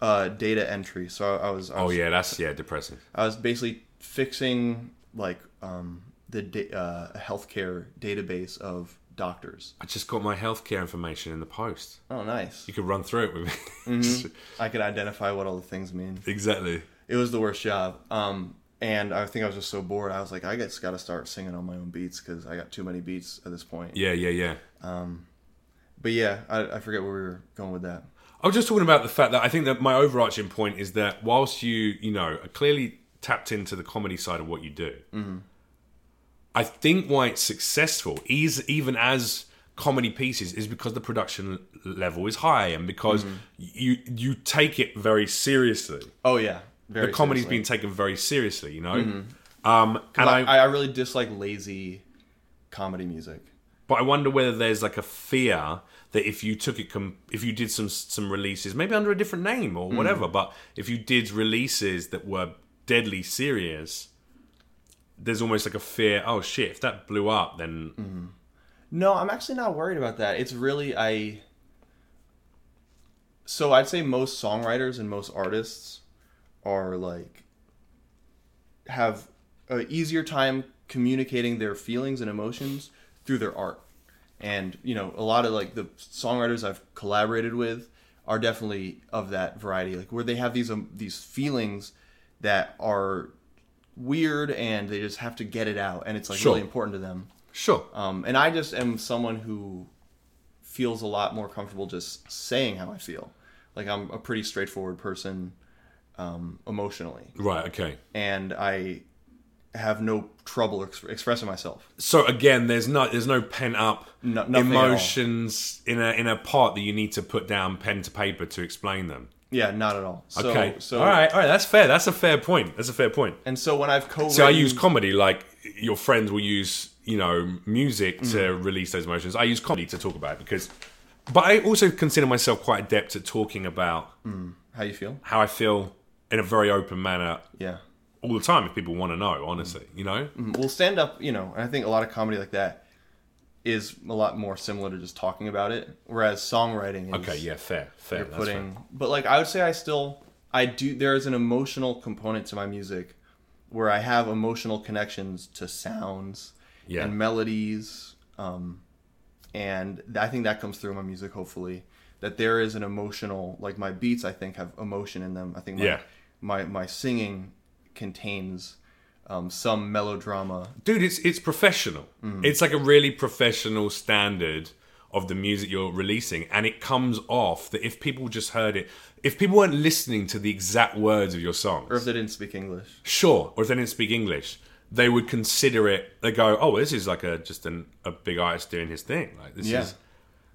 Speaker 2: Uh, data entry. So I, I was I
Speaker 1: oh,
Speaker 2: was,
Speaker 1: yeah, that's, yeah, depressing.
Speaker 2: I was basically fixing like um, the da- uh, healthcare database of doctors.
Speaker 1: I just got my healthcare information in the post.
Speaker 2: Oh, nice!
Speaker 1: You could run through it with me.
Speaker 2: I could identify what all the things mean.
Speaker 1: [laughs] exactly.
Speaker 2: it was the worst job. Um, and I think I was just so bored. I was like, I just got to start singing on my own beats because I got too many beats at this point.
Speaker 1: Yeah, yeah, yeah.
Speaker 2: But yeah, I, I forget where we were going with that.
Speaker 1: I was just talking about the fact that I think that my overarching point is that whilst you, you know, are clearly tapped into the comedy side of what you do,
Speaker 2: Mm-hmm.
Speaker 1: I think why it's successful is even as comedy pieces is because the production l- level is high and because
Speaker 2: Mm-hmm.
Speaker 1: you you take it very seriously.
Speaker 2: Oh yeah, very
Speaker 1: The comedy's
Speaker 2: seriously. Mm-hmm.
Speaker 1: being taken very seriously, you know. Um, and I,
Speaker 2: Like, I, I really dislike lazy comedy music.
Speaker 1: but I wonder whether there's like a fear that if you took it, com- if you did some some releases, maybe under a different name
Speaker 2: Hmm.
Speaker 1: or whatever, but if you did releases that were deadly serious, there's almost like a fear. Oh shit! If that blew up, then
Speaker 2: Hmm. No, I'm actually not worried about that. It's really I. So I'd say most songwriters and most artists are like have a easier time communicating their feelings and emotions through their art. And you know, a lot of like the songwriters I've collaborated with are definitely of that variety, like where they have these um, these feelings that are weird and they just have to get it out, and it's like
Speaker 1: Sure.
Speaker 2: really important to them.
Speaker 1: sure.
Speaker 2: Um, and I just am someone who feels a lot more comfortable just saying how I feel. Like I'm a pretty straightforward person um, emotionally,
Speaker 1: Right. Okay.
Speaker 2: and I have no trouble ex- expressing myself.
Speaker 1: So again, there's not there's no pent up
Speaker 2: No- nothing at all.
Speaker 1: emotions in a in a part that you need to put down pen to paper to explain them.
Speaker 2: Yeah, not at all. So,
Speaker 1: Okay.
Speaker 2: So
Speaker 1: all right. All right. That's fair. That's a fair point. That's a fair point.
Speaker 2: And so when I've co-written,
Speaker 1: So I use comedy like your friends will use, you know, music to
Speaker 2: Mm.
Speaker 1: release those emotions. I use comedy to talk about it because, but I also consider myself quite adept at talking about
Speaker 2: how you feel.
Speaker 1: how I feel in a very open manner
Speaker 2: Yeah.
Speaker 1: all the time if people want to know, honestly,
Speaker 2: Mm.
Speaker 1: you know?
Speaker 2: Well, stand up, you know, and I think a lot of comedy like that is a lot more similar to just talking about it, whereas songwriting is
Speaker 1: Okay, yeah, fair, fair. that's fair.
Speaker 2: putting. But like, I would say I still, I do. There is an emotional component to my music, where I have emotional connections to sounds
Speaker 1: Yeah.
Speaker 2: and melodies, um, and th- I think that comes through in my music. Hopefully, that there is an emotional, like my beats. I think have emotion in them. I think my
Speaker 1: Yeah.
Speaker 2: my, my singing contains um, some melodrama.
Speaker 1: Dude, it's it's professional.
Speaker 2: Mm.
Speaker 1: It's like a really professional standard of the music you're releasing, and it comes off that if people just heard it, if people weren't listening to the exact words of your songs,
Speaker 2: Or if they didn't speak English,
Speaker 1: sure, or if they didn't speak English, they would consider it. They go, oh, this is like a just an, a big artist doing his thing. Like this
Speaker 2: Yeah.
Speaker 1: is.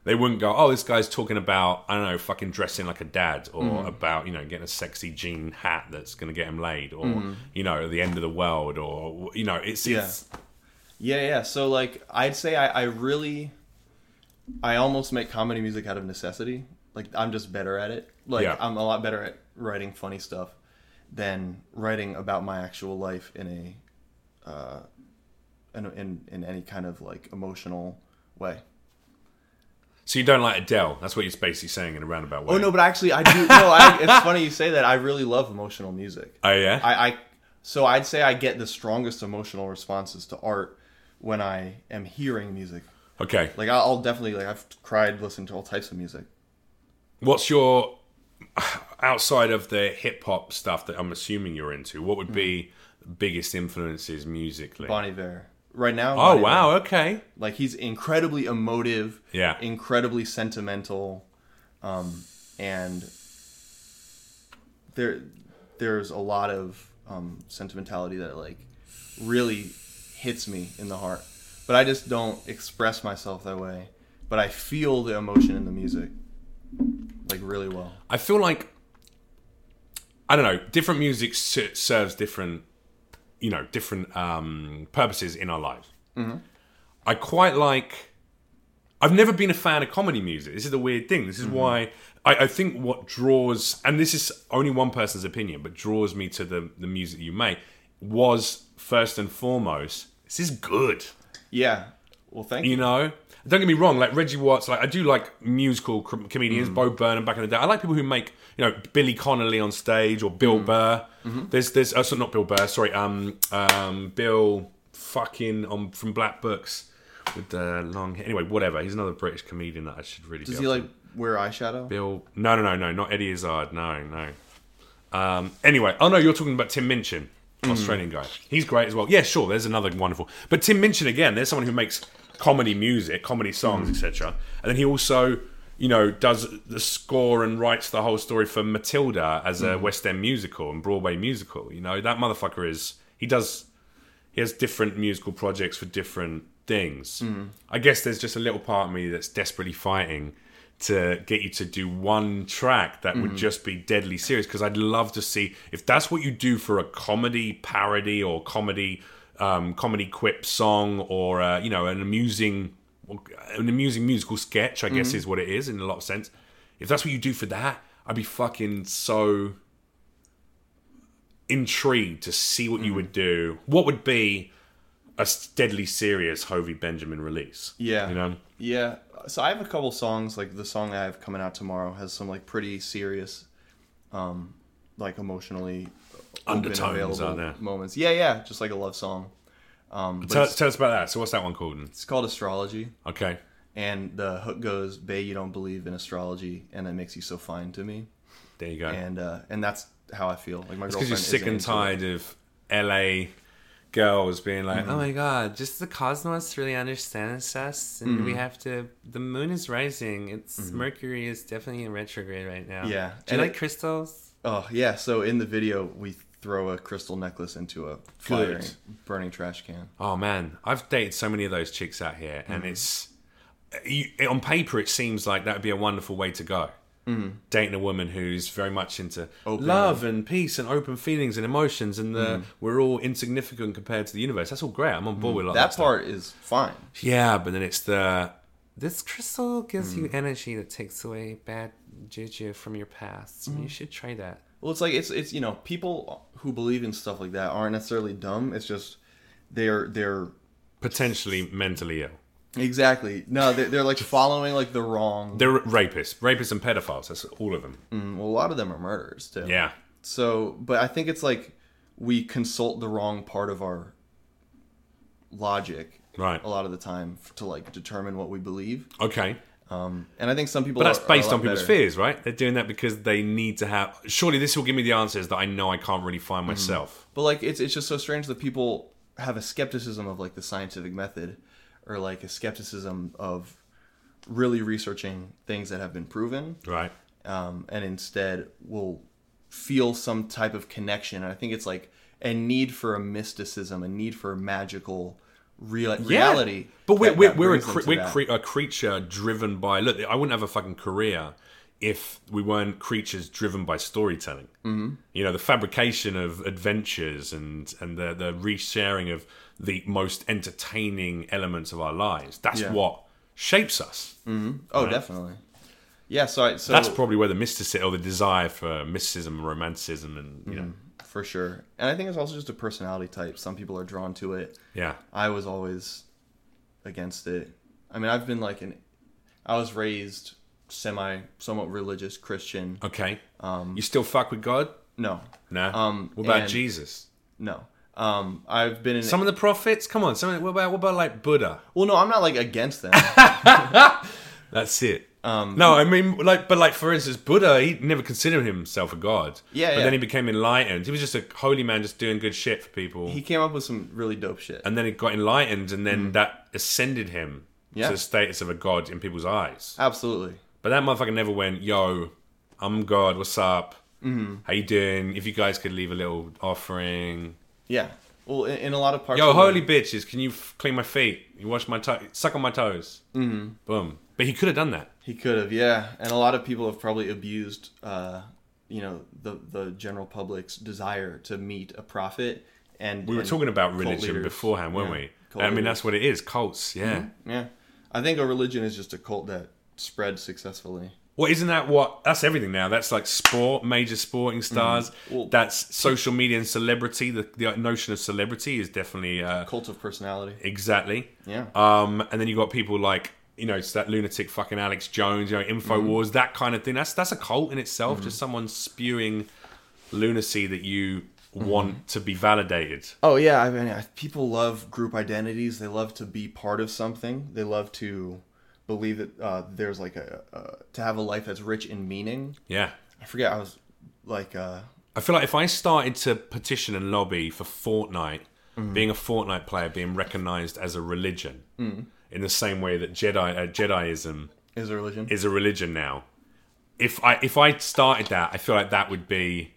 Speaker 1: They wouldn't go, oh, this guy's talking about I don't know, fucking dressing like a dad, or
Speaker 2: Mm.
Speaker 1: about you know getting a sexy jean hat that's gonna get him laid, or
Speaker 2: Mm.
Speaker 1: you know the end of the world, or you know it's, it's
Speaker 2: yeah, yeah. So like, I'd say I, I really, I almost make comedy music out of necessity. Like I'm just better at it. Like
Speaker 1: Yeah.
Speaker 2: I'm a lot better at writing funny stuff than writing about my actual life in a, uh, in in, in any kind of like emotional way.
Speaker 1: so you don't like Adele. That's what you're basically saying in a roundabout way.
Speaker 2: Oh no, but actually I do. No, [laughs] I, it's funny you say that. I really love emotional music.
Speaker 1: oh yeah,
Speaker 2: I, I so I'd say I get the strongest emotional responses to art when I am hearing music.
Speaker 1: okay.
Speaker 2: Like I'll, I'll definitely like I've cried listening to all types of music.
Speaker 1: What's your outside of the hip hop stuff that I'm assuming you're into? What
Speaker 2: Mm.
Speaker 1: would be biggest influences musically?
Speaker 2: Bon Iver. Right now.
Speaker 1: Oh
Speaker 2: Bon Iver.
Speaker 1: wow, okay.
Speaker 2: Like he's incredibly emotive.
Speaker 1: Yeah.
Speaker 2: Incredibly sentimental, um, and there there's a lot of um, sentimentality that like really hits me in the heart. But I just don't express myself that way. But I feel the emotion in the music, like really well.
Speaker 1: I feel like I don't know. Different music ser- serves different, you know, different um, purposes in our lives. I quite like. I've never been a fan of comedy music. This is the weird thing. This is why I, I think what draws, and this is only one person's opinion, but draws me to the the music you make was first and foremost. This is good.
Speaker 2: Yeah. Well, thank you.
Speaker 1: You know, don't get me wrong. Like Reggie Watts, like I do like musical com- comedians,
Speaker 2: Mm.
Speaker 1: Bo Burnham back in the day. I like people who make you know Billy Connolly on stage or
Speaker 2: Mm.
Speaker 1: Bill Burr.
Speaker 2: Mm-hmm.
Speaker 1: There's there's uh, so not Bill Burr, sorry, um, um, Bill fucking on from Black Books with the long hair. Anyway, whatever. He's another British comedian that I should really.
Speaker 2: Does
Speaker 1: be
Speaker 2: he
Speaker 1: up to.
Speaker 2: like wear eyeshadow?
Speaker 1: Bill? No, no, no, no, not Eddie Izzard. No, no. Um, anyway, oh no, you're talking about Tim Minchin, Australian guy. He's great as well. Yeah, sure. There's another wonderful. But Tim Minchin again, there's someone who makes comedy music, comedy songs, etc. And then he also, you know, does the score and writes the whole story for Matilda as a West End musical and Broadway musical. You know, that motherfucker is he does he has different musical projects for different things. I guess there's just a little part of me that's desperately fighting to get you to do one track that would just be deadly serious because I'd love to see if that's what you do for a comedy parody or comedy um, comedy quip song or uh, you know an amusing an amusing musical sketch I guess is what it is in a lot of sense. If that's what you do for that, I'd be fucking so intrigued to see what
Speaker 2: Hmm.
Speaker 1: you would do. What would be a s- deadly serious Hovey Benjamin release?
Speaker 2: Yeah.
Speaker 1: you know.
Speaker 2: Yeah. So I have a couple songs. Like the song I have coming out tomorrow has some like pretty serious, um, like emotionally open,
Speaker 1: Undertones,
Speaker 2: available
Speaker 1: aren't there?
Speaker 2: moments. Yeah, yeah. Just like a love song. Um, but
Speaker 1: Tell,
Speaker 2: it's,
Speaker 1: tell us about that. So what's that one called?
Speaker 2: it's called astrology,
Speaker 1: Okay.
Speaker 2: and the hook goes, "Bay, you don't believe in astrology, and it makes you so fine to me."
Speaker 1: There you go.
Speaker 2: And uh, and that's how I feel. Like my
Speaker 1: Because
Speaker 2: girlfriend
Speaker 1: you're sick
Speaker 2: isn't
Speaker 1: and
Speaker 2: into it.
Speaker 1: tired of LA girls being like, "Oh my god, just the cosmos really understands us, and
Speaker 2: Mm-hmm.
Speaker 1: we have to. The moon is rising. It's Mercury is definitely in retrograde right now.
Speaker 2: Yeah.
Speaker 1: do you
Speaker 2: And
Speaker 1: like
Speaker 2: it-
Speaker 1: crystals?
Speaker 2: Oh yeah. So in the video, we throw a crystal necklace into a flying, burning trash can.
Speaker 1: Oh man, I've dated so many of those chicks out here, and
Speaker 2: Mm-hmm.
Speaker 1: it's you, on paper it seems like that would be a wonderful way to go. Dating a woman who's very much into
Speaker 2: Mm-hmm. Open. Mm-hmm.
Speaker 1: love and peace and open feelings and emotions, and the, we're all insignificant compared to the universe. That's all great. I'm on board with a lot of
Speaker 2: That
Speaker 1: stuff.
Speaker 2: part is fine.
Speaker 1: Yeah, but then it's the this crystal gives
Speaker 2: Mm.
Speaker 1: you energy that takes away bad juju from your past.
Speaker 2: Mm-hmm.
Speaker 1: You should try that.
Speaker 2: Well, it's like it's it's you know people who believe in stuff like that aren't necessarily dumb. It's just they're they're
Speaker 1: Potentially mentally ill.
Speaker 2: exactly no they're, they're like following like the wrong.
Speaker 1: They're rapists, rapists and pedophiles. That's all of them.
Speaker 2: Well, a lot of them are murderers too.
Speaker 1: Yeah,
Speaker 2: So, but I think it's like we consult the wrong part of our logic
Speaker 1: right.
Speaker 2: a lot of the time f- to like determine what we believe.
Speaker 1: Okay,
Speaker 2: Um, and I think some people
Speaker 1: but that's
Speaker 2: are- are a
Speaker 1: based
Speaker 2: lot
Speaker 1: on people's
Speaker 2: better.
Speaker 1: fears, right? They're doing that because they need to have. Surely this will give me the answers that I know I can't really find
Speaker 2: Mm-hmm.
Speaker 1: myself.
Speaker 2: But like it's it's just so strange that people have a skepticism of like the scientific method or like a skepticism of really researching things that have been proven
Speaker 1: Right.
Speaker 2: um, and instead will feel some type of connection and i think it's like a need for a mysticism a need for a magical real reality
Speaker 1: But we're
Speaker 2: that-
Speaker 1: we're,
Speaker 2: that
Speaker 1: we're, a,
Speaker 2: brings them
Speaker 1: cre-
Speaker 2: to
Speaker 1: we're
Speaker 2: that.
Speaker 1: cre- a creature driven by. Look, I wouldn't have a fucking career if we weren't creatures driven by storytelling. Mm-hmm. You know, the fabrication of adventures and and the the resharing of the most entertaining elements of our lives. That's
Speaker 2: Yeah.
Speaker 1: what shapes us.
Speaker 2: oh definitely yeah so I, so
Speaker 1: That's probably where the mysticism or the desire for mysticism, romanticism, and you know,
Speaker 2: for sure and i think it's also just a personality type some people are drawn to it
Speaker 1: yeah,
Speaker 2: I was always against it. I mean, I've been like an, I was raised semi, somewhat religious Christian.
Speaker 1: okay. Um, you still fuck with God?
Speaker 2: No,
Speaker 1: No.
Speaker 2: Um,
Speaker 1: what about
Speaker 2: and-
Speaker 1: Jesus?
Speaker 2: no. Um, I've been in.
Speaker 1: Some of the prophets? Come on. Some of the, what about what about like Buddha?
Speaker 2: well, no, I'm not like against them.
Speaker 1: That's it.
Speaker 2: Um,
Speaker 1: no, I mean, like, but like for instance, Buddha, he never considered himself a god.
Speaker 2: Yeah,
Speaker 1: But
Speaker 2: yeah.
Speaker 1: then he became enlightened. He was just a holy man, just doing good shit for people.
Speaker 2: he came up with some really dope shit.
Speaker 1: and then he got enlightened, and then that ascended him
Speaker 2: Yeah.
Speaker 1: to the status of a god in people's eyes.
Speaker 2: Absolutely.
Speaker 1: But that motherfucker never went, "Yo, I'm God. What's up?
Speaker 2: Mm-hmm.
Speaker 1: How you doing? If you guys could leave a little offering."
Speaker 2: Yeah. Well, in, in a lot of parts.
Speaker 1: Yo,
Speaker 2: of the-
Speaker 1: holy bitches, can you f- clean my feet? You wash my toe, suck on my toes. Mm-hmm. Boom. But he could have done that.
Speaker 2: He could have, yeah. And a lot of people have probably abused, uh, you know, the the general public's desire to meet a prophet. And
Speaker 1: We were talking about religion beforehand, weren't we? I mean,
Speaker 2: that's.
Speaker 1: that's what it is. Cults, yeah.
Speaker 2: Yeah. I think a religion is just a cult that spreads successfully.
Speaker 1: Well, isn't that what? That's everything now. That's like sport, major sporting stars.
Speaker 2: Mm-hmm. Well-
Speaker 1: that's social media and celebrity. The, the notion of celebrity is definitely uh,
Speaker 2: Cult of personality.
Speaker 1: exactly.
Speaker 2: Yeah.
Speaker 1: Um, and then you got people like you know it's that lunatic fucking Alex Jones, you know, Infowars,
Speaker 2: Mm-hmm.
Speaker 1: that kind of thing. That's that's a cult in itself. Just someone spewing lunacy that you
Speaker 2: Mm-hmm.
Speaker 1: want to be validated.
Speaker 2: Oh yeah, I mean I- people love group identities. They love to be part of something. They love to believe that uh, there's like a uh, to have a life that's rich in meaning.
Speaker 1: Yeah.
Speaker 2: I forget I was like uh
Speaker 1: I feel like if I started to petition and lobby for Fortnite, being a Fortnite player being recognized as a religion, in the same way that Jedi uh, Jediism
Speaker 2: is a religion.
Speaker 1: is a religion now. If I if I started that, I feel like that would be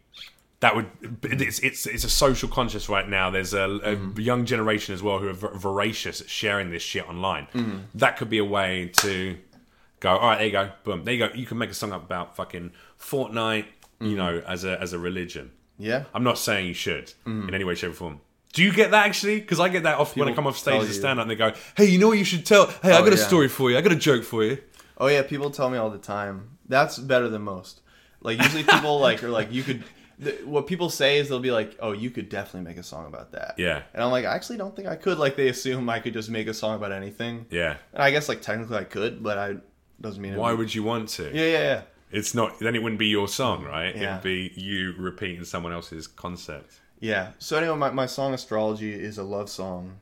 Speaker 1: that would it's it's it's a social conscious right now. There's a, a young generation as well who are v- voracious at sharing this shit online. That could be a way to go. All right, there you go. Boom, there you go. You can make a song up about fucking Fortnite. You know, as a as a religion.
Speaker 2: yeah.
Speaker 1: I'm not saying you should in any way, shape, or form. Do you get that actually? Because I get that off when I
Speaker 2: People
Speaker 1: come off stage
Speaker 2: tell
Speaker 1: as a
Speaker 2: you.
Speaker 1: stand up and they go, hey, you know what you should tell? Hey, I
Speaker 2: Oh,
Speaker 1: got a
Speaker 2: yeah.
Speaker 1: story for you. I got a joke for you.
Speaker 2: Oh yeah, people tell me all the time. That's better than most. Like usually
Speaker 1: [laughs]
Speaker 2: people like are like you could. Th- what people say is they'll be like, "Oh, you could definitely make a song about that."
Speaker 1: Yeah.
Speaker 2: And I'm like, I actually don't think I could. Like they assume I could just make a song about anything.
Speaker 1: Yeah.
Speaker 2: And I guess like technically I could, but I doesn't mean. it-
Speaker 1: Why would you want to?
Speaker 2: Yeah, yeah, yeah.
Speaker 1: It's not, then it wouldn't be your song, right?
Speaker 2: Yeah.
Speaker 1: It'd be you repeating someone else's concept.
Speaker 2: Yeah. So anyway, my, my song astrology is a love song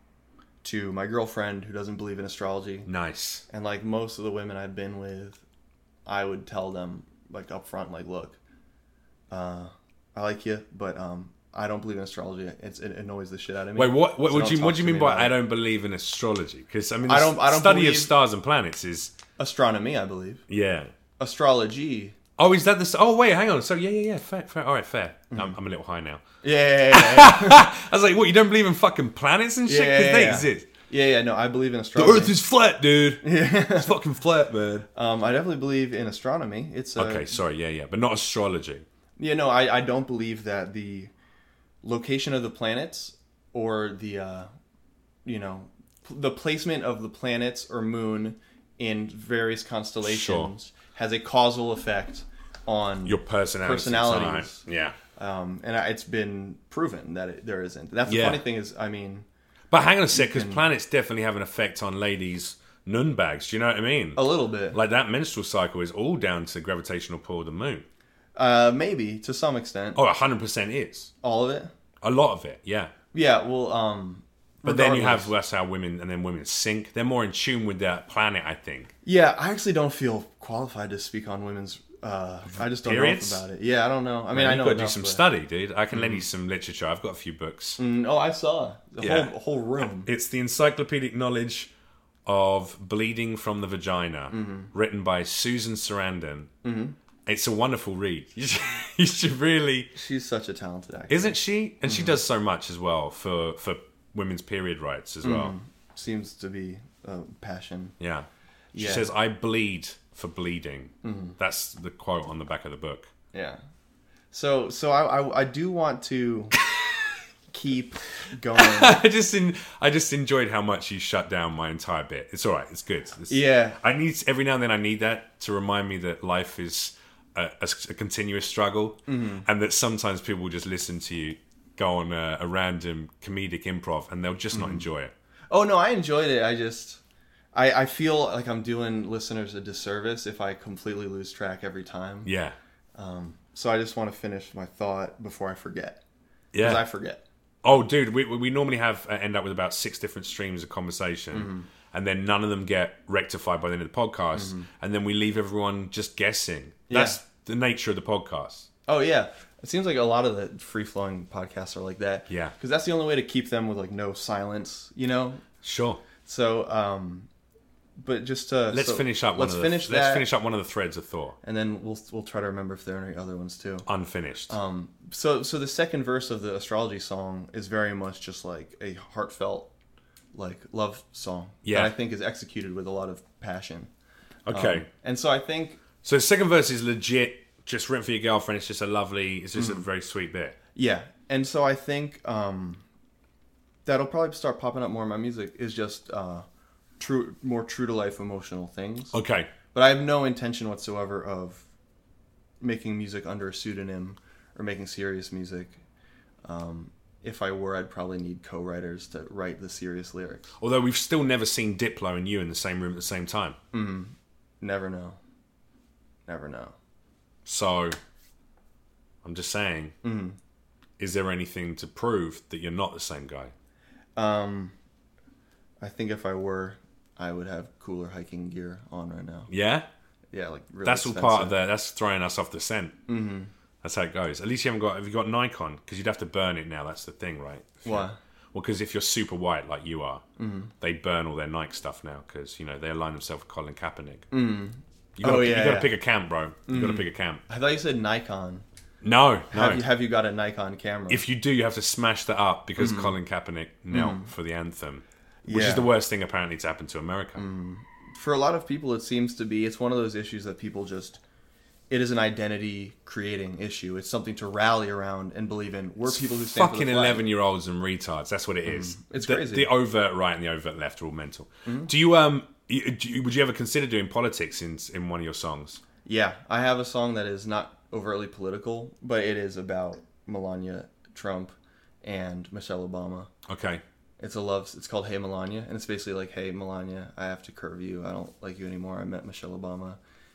Speaker 2: to my girlfriend who doesn't believe in astrology,
Speaker 1: Nice.
Speaker 2: and like most of the women I've been with, I would tell them like up front, like, look, uh, I like you, but um, I don't believe in astrology. It's, it annoys the shit out of me.
Speaker 1: Wait, what? What,
Speaker 2: So
Speaker 1: would
Speaker 2: don't
Speaker 1: you
Speaker 2: talk
Speaker 1: What do you
Speaker 2: to
Speaker 1: mean
Speaker 2: me
Speaker 1: by
Speaker 2: about
Speaker 1: I
Speaker 2: it.
Speaker 1: don't believe in astrology? Because I mean, the
Speaker 2: I don't-
Speaker 1: s-
Speaker 2: I don't
Speaker 1: study
Speaker 2: believe-
Speaker 1: of stars and planets is
Speaker 2: astronomy? I believe
Speaker 1: yeah.
Speaker 2: astrology.
Speaker 1: Oh, is that the? s- Oh, wait, hang on. So yeah, yeah, yeah. Fair, fair. All right, fair.
Speaker 2: Mm-hmm.
Speaker 1: I'm, I'm a little high now.
Speaker 2: Yeah, yeah, yeah, yeah,
Speaker 1: I was like, what? You don't believe in fucking planets and shit
Speaker 2: yeah,
Speaker 1: because
Speaker 2: yeah,
Speaker 1: they
Speaker 2: yeah.
Speaker 1: exist.
Speaker 2: [laughs] yeah, yeah. No, I believe in
Speaker 1: The
Speaker 2: astrology.
Speaker 1: Earth is flat,
Speaker 2: [laughs]
Speaker 1: dude. It's fucking flat, man.
Speaker 2: um, I definitely believe in astronomy. It's uh,
Speaker 1: Okay, sorry. Yeah, yeah, but not astrology.
Speaker 2: Yeah, no, I, I don't believe that the location of the planets or the, uh, you know, pl- the placement of the planets or moon in various constellations has a causal effect on.
Speaker 1: Your personality.
Speaker 2: Personalities.
Speaker 1: type. Yeah.
Speaker 2: Um, and I, it's been proven that it, there isn't. That's the
Speaker 1: Yeah.
Speaker 2: funny thing is, I mean,
Speaker 1: But hang on a sec, because planets definitely have an effect on ladies' nun bags. Do you know what I mean?
Speaker 2: a little bit.
Speaker 1: Like that menstrual cycle is all down to gravitational pull of the moon.
Speaker 2: Uh, maybe to some extent,
Speaker 1: Oh, 100% is.
Speaker 2: all of it.
Speaker 1: A lot of it, yeah.
Speaker 2: Yeah, well, um,
Speaker 1: But then you
Speaker 2: regardless-
Speaker 1: have that's how women and then women sink. They're more in tune with that planet, I think.
Speaker 2: Yeah, I actually don't feel qualified to speak on women's. Uh, I just don't
Speaker 1: Periods?
Speaker 2: know enough about it. Yeah, I don't know. I mean, I
Speaker 1: You've
Speaker 2: know.
Speaker 1: got to do
Speaker 2: enough,
Speaker 1: some
Speaker 2: but-
Speaker 1: study, dude. I can lend you some literature. I've got a few books.
Speaker 2: Mm, oh, I saw the
Speaker 1: Yeah.
Speaker 2: whole whole room.
Speaker 1: It's the encyclopedic knowledge of bleeding from the vagina, written by Susan Sarandon. It's a wonderful read. [laughs] You should, you should really,
Speaker 2: She's such a talented actor.
Speaker 1: isn't she? And she does so much as well for for women's period rights as well.
Speaker 2: Seems to be a passion.
Speaker 1: Yeah, she
Speaker 2: Yeah.
Speaker 1: says, "I bleed for bleeding." That's the quote on the back of the book.
Speaker 2: Yeah. So so I I, I do want
Speaker 1: [laughs]
Speaker 2: to keep going.
Speaker 1: I just in, I just enjoyed how much you shut down my entire bit. It's all right. It's good. It's-
Speaker 2: Yeah.
Speaker 1: I need every now and then. I need that to remind me that life is a, a s- a continuous struggle, and that sometimes people will just listen to you go on a, a random comedic improv, and they'll just not enjoy it.
Speaker 2: Oh no, I enjoyed it. I just I I feel like I'm doing listeners a disservice if I completely lose track every time.
Speaker 1: Yeah,
Speaker 2: So I just want to finish my thought before I forget.
Speaker 1: yeah.
Speaker 2: Because I forget.
Speaker 1: Oh, dude, we, we normally have uh, end up with about six different streams of conversation, and then none of them get rectified by the end of the podcast, and then we leave everyone just guessing. That's the nature of the podcast.
Speaker 2: Oh yeah. It seems like a lot of the free flowing podcasts are like that.
Speaker 1: Yeah.
Speaker 2: Because that's the only way to keep them with like no silence, you know?
Speaker 1: Sure.
Speaker 2: So, um, but just to
Speaker 1: Let's
Speaker 2: so
Speaker 1: finish up. One
Speaker 2: Let's
Speaker 1: of the,
Speaker 2: finish that,
Speaker 1: Let's finish up one of the threads of thought.
Speaker 2: and then we'll we'll try to remember if there are any other ones too.
Speaker 1: Unfinished.
Speaker 2: Um, so so the second verse of the astrology song is very much just like a heartfelt, like love song.
Speaker 1: Yeah.
Speaker 2: that I think is executed with a lot of passion. um,
Speaker 1: okay.
Speaker 2: And so I think
Speaker 1: so the second verse is legit. Just written for your girlfriend. It's just a lovely. It's just a
Speaker 2: Mm-hmm.
Speaker 1: very sweet bit.
Speaker 2: yeah, and so I think um, that'll probably start popping up more in my music is just uh, true more true to life emotional things.
Speaker 1: Okay.
Speaker 2: But I have no intention whatsoever of making music under a pseudonym or making serious music. Um, if I were, I'd probably need co-writers to write the serious lyrics.
Speaker 1: Although we've still never seen Diplo and you in the same room at the same time.
Speaker 2: Never know. Never know.
Speaker 1: So I'm just saying,
Speaker 2: Mm-hmm.
Speaker 1: is there anything to prove that you're not the same guy?
Speaker 2: Um, I think if I were, I would have cooler hiking gear on right now.
Speaker 1: Yeah?
Speaker 2: Yeah, like really
Speaker 1: That's all part of
Speaker 2: expensive.
Speaker 1: the that's throwing us off the scent. Mm-hmm. That's how it goes. At least you haven't got have you got Nikon because you'd have to burn it now. That's the thing, right?
Speaker 2: Why?
Speaker 1: Well, because if you're super white like you are, they burn all their Nike stuff now because you know they align themselves with Colin Kaepernick. Mm. You gotta,
Speaker 2: Oh,
Speaker 1: pick-
Speaker 2: yeah,
Speaker 1: you gotta
Speaker 2: yeah.
Speaker 1: pick a camp, bro. You gotta pick a camp.
Speaker 2: I thought you said Nikon.
Speaker 1: No, no.
Speaker 2: Have you have you got a Nikon camera?
Speaker 1: if you do, you have to smash that up because Colin Kaepernick knelt for the anthem, which is
Speaker 2: Mm. Yeah. Mm.
Speaker 1: the worst thing apparently to happen to America.
Speaker 2: for a lot of people it seems to be it's one of those issues that people just it is an identity creating issue it's something to rally around and believe in we're people who stand for
Speaker 1: Fucking
Speaker 2: the flag. Mm.
Speaker 1: eleven-year-olds and retards. That's what it is.
Speaker 2: It's
Speaker 1: the,
Speaker 2: crazy. Mm-hmm.
Speaker 1: The overt right and the overt left are all mental. Do you um? you- do you- would you ever consider doing politics in in one of your songs?
Speaker 2: yeah i have a song that is not overtly political but it is about melania trump and michelle obama
Speaker 1: Okay.
Speaker 2: it's a love it's called hey melania and it's basically like hey melania i have to curve you i don't like you anymore i met michelle obama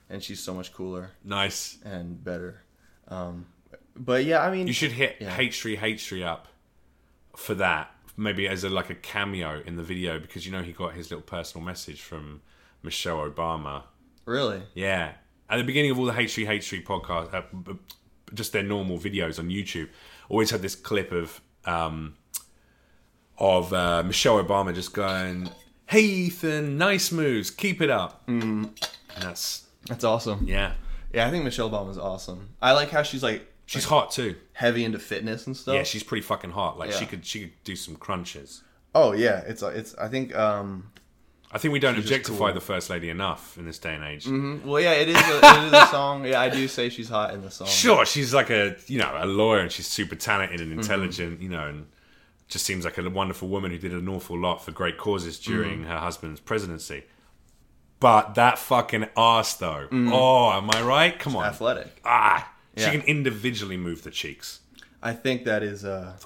Speaker 2: and she's so much cooler
Speaker 1: Nice.
Speaker 2: and better um, but yeah i mean
Speaker 1: You should hit
Speaker 2: Yeah.
Speaker 1: H3 H3 up for that. Maybe as a like a cameo in the video because you know he got his little personal message from Michelle Obama.
Speaker 2: really
Speaker 1: Yeah. At the beginning of all the H3 H3 podcast uh, b- b- just their normal videos on YouTube, always had this clip of um, of uh, Michelle Obama just going, "Hey Ethan, nice moves, keep it up." Mm. And that's
Speaker 2: That's awesome.
Speaker 1: yeah,
Speaker 2: Yeah, I think Michelle Obama's awesome. I like how she's like
Speaker 1: she's hot too.
Speaker 2: heavy into fitness and stuff.
Speaker 1: Yeah, she's pretty fucking hot. Like she
Speaker 2: Yeah.
Speaker 1: could she could do some crunches.
Speaker 2: oh yeah, it's it's. I think. um
Speaker 1: I think we don't
Speaker 2: just
Speaker 1: objectify
Speaker 2: cool. Mm-hmm.
Speaker 1: the first lady enough in this day and age.
Speaker 2: mm, Well, yeah, it is. A, it is a song. Yeah, I do say she's hot in the song.
Speaker 1: Sure, she's like a you know a lawyer and she's super talented
Speaker 2: Mm-hmm.
Speaker 1: and intelligent, you know, and just seems like a wonderful woman who did an awful lot for great causes
Speaker 2: Mm-hmm.
Speaker 1: during her husband's presidency. But that fucking ass, though. Oh, am I right? Come on.
Speaker 2: Athletic.
Speaker 1: Ah,
Speaker 2: Mm-hmm. Yeah.
Speaker 1: she can individually move the cheeks.
Speaker 2: I think that is a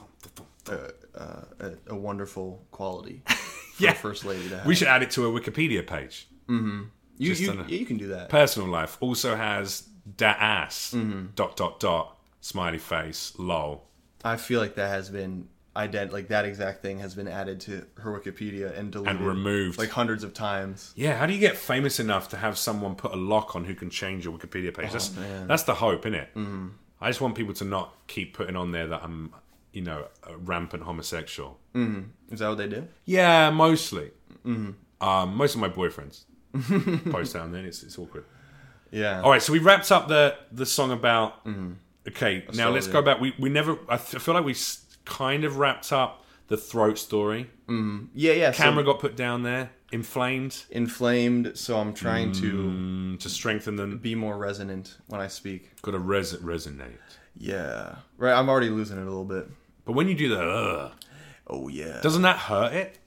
Speaker 2: a, a, a wonderful
Speaker 1: [laughs]
Speaker 2: quality. For
Speaker 1: Yeah.
Speaker 2: a first lady to have.
Speaker 1: We should add it to a Wikipedia page.
Speaker 2: you,
Speaker 1: just
Speaker 2: you,
Speaker 1: on a-
Speaker 2: yeah, you can do that.
Speaker 1: Personal life also has da ass
Speaker 2: Mm-hmm.
Speaker 1: dot dot dot smiley face lol.
Speaker 2: I feel like that has been ident like that exact thing has been added to her Wikipedia and deleted
Speaker 1: removed.
Speaker 2: Mm-hmm. like hundreds of times.
Speaker 1: Yeah, how do you get famous enough to have someone put a lock on who can change your Wikipedia page? that's
Speaker 2: Oh, man. Mm-hmm.
Speaker 1: that's the hope, innit? Mm. I just want people to not keep putting on there that I'm, you know, a rampant homosexual.
Speaker 2: Is that what they do?
Speaker 1: Yeah, mostly.
Speaker 2: Mm-hmm.
Speaker 1: Um, most of my boyfriends [laughs] post that, and then it's it's awkward.
Speaker 2: Yeah.
Speaker 1: All right, so we wrapped up the the song about.
Speaker 2: Mm-hmm.
Speaker 1: Okay, now let's
Speaker 2: solid.
Speaker 1: go back. We we never. I th- I feel like we s- kind of wrapped up the throat story.
Speaker 2: yeah, yeah. so
Speaker 1: Camera got put down there, inflamed
Speaker 2: inflamed, so I'm trying to
Speaker 1: mm, to strengthen them.
Speaker 2: be more resonant when I speak.
Speaker 1: Got to res- resonate.
Speaker 2: Yeah. Right, I'm already losing it a little bit.
Speaker 1: But when you do that, ugh,
Speaker 2: Oh yeah.
Speaker 1: doesn't that hurt it?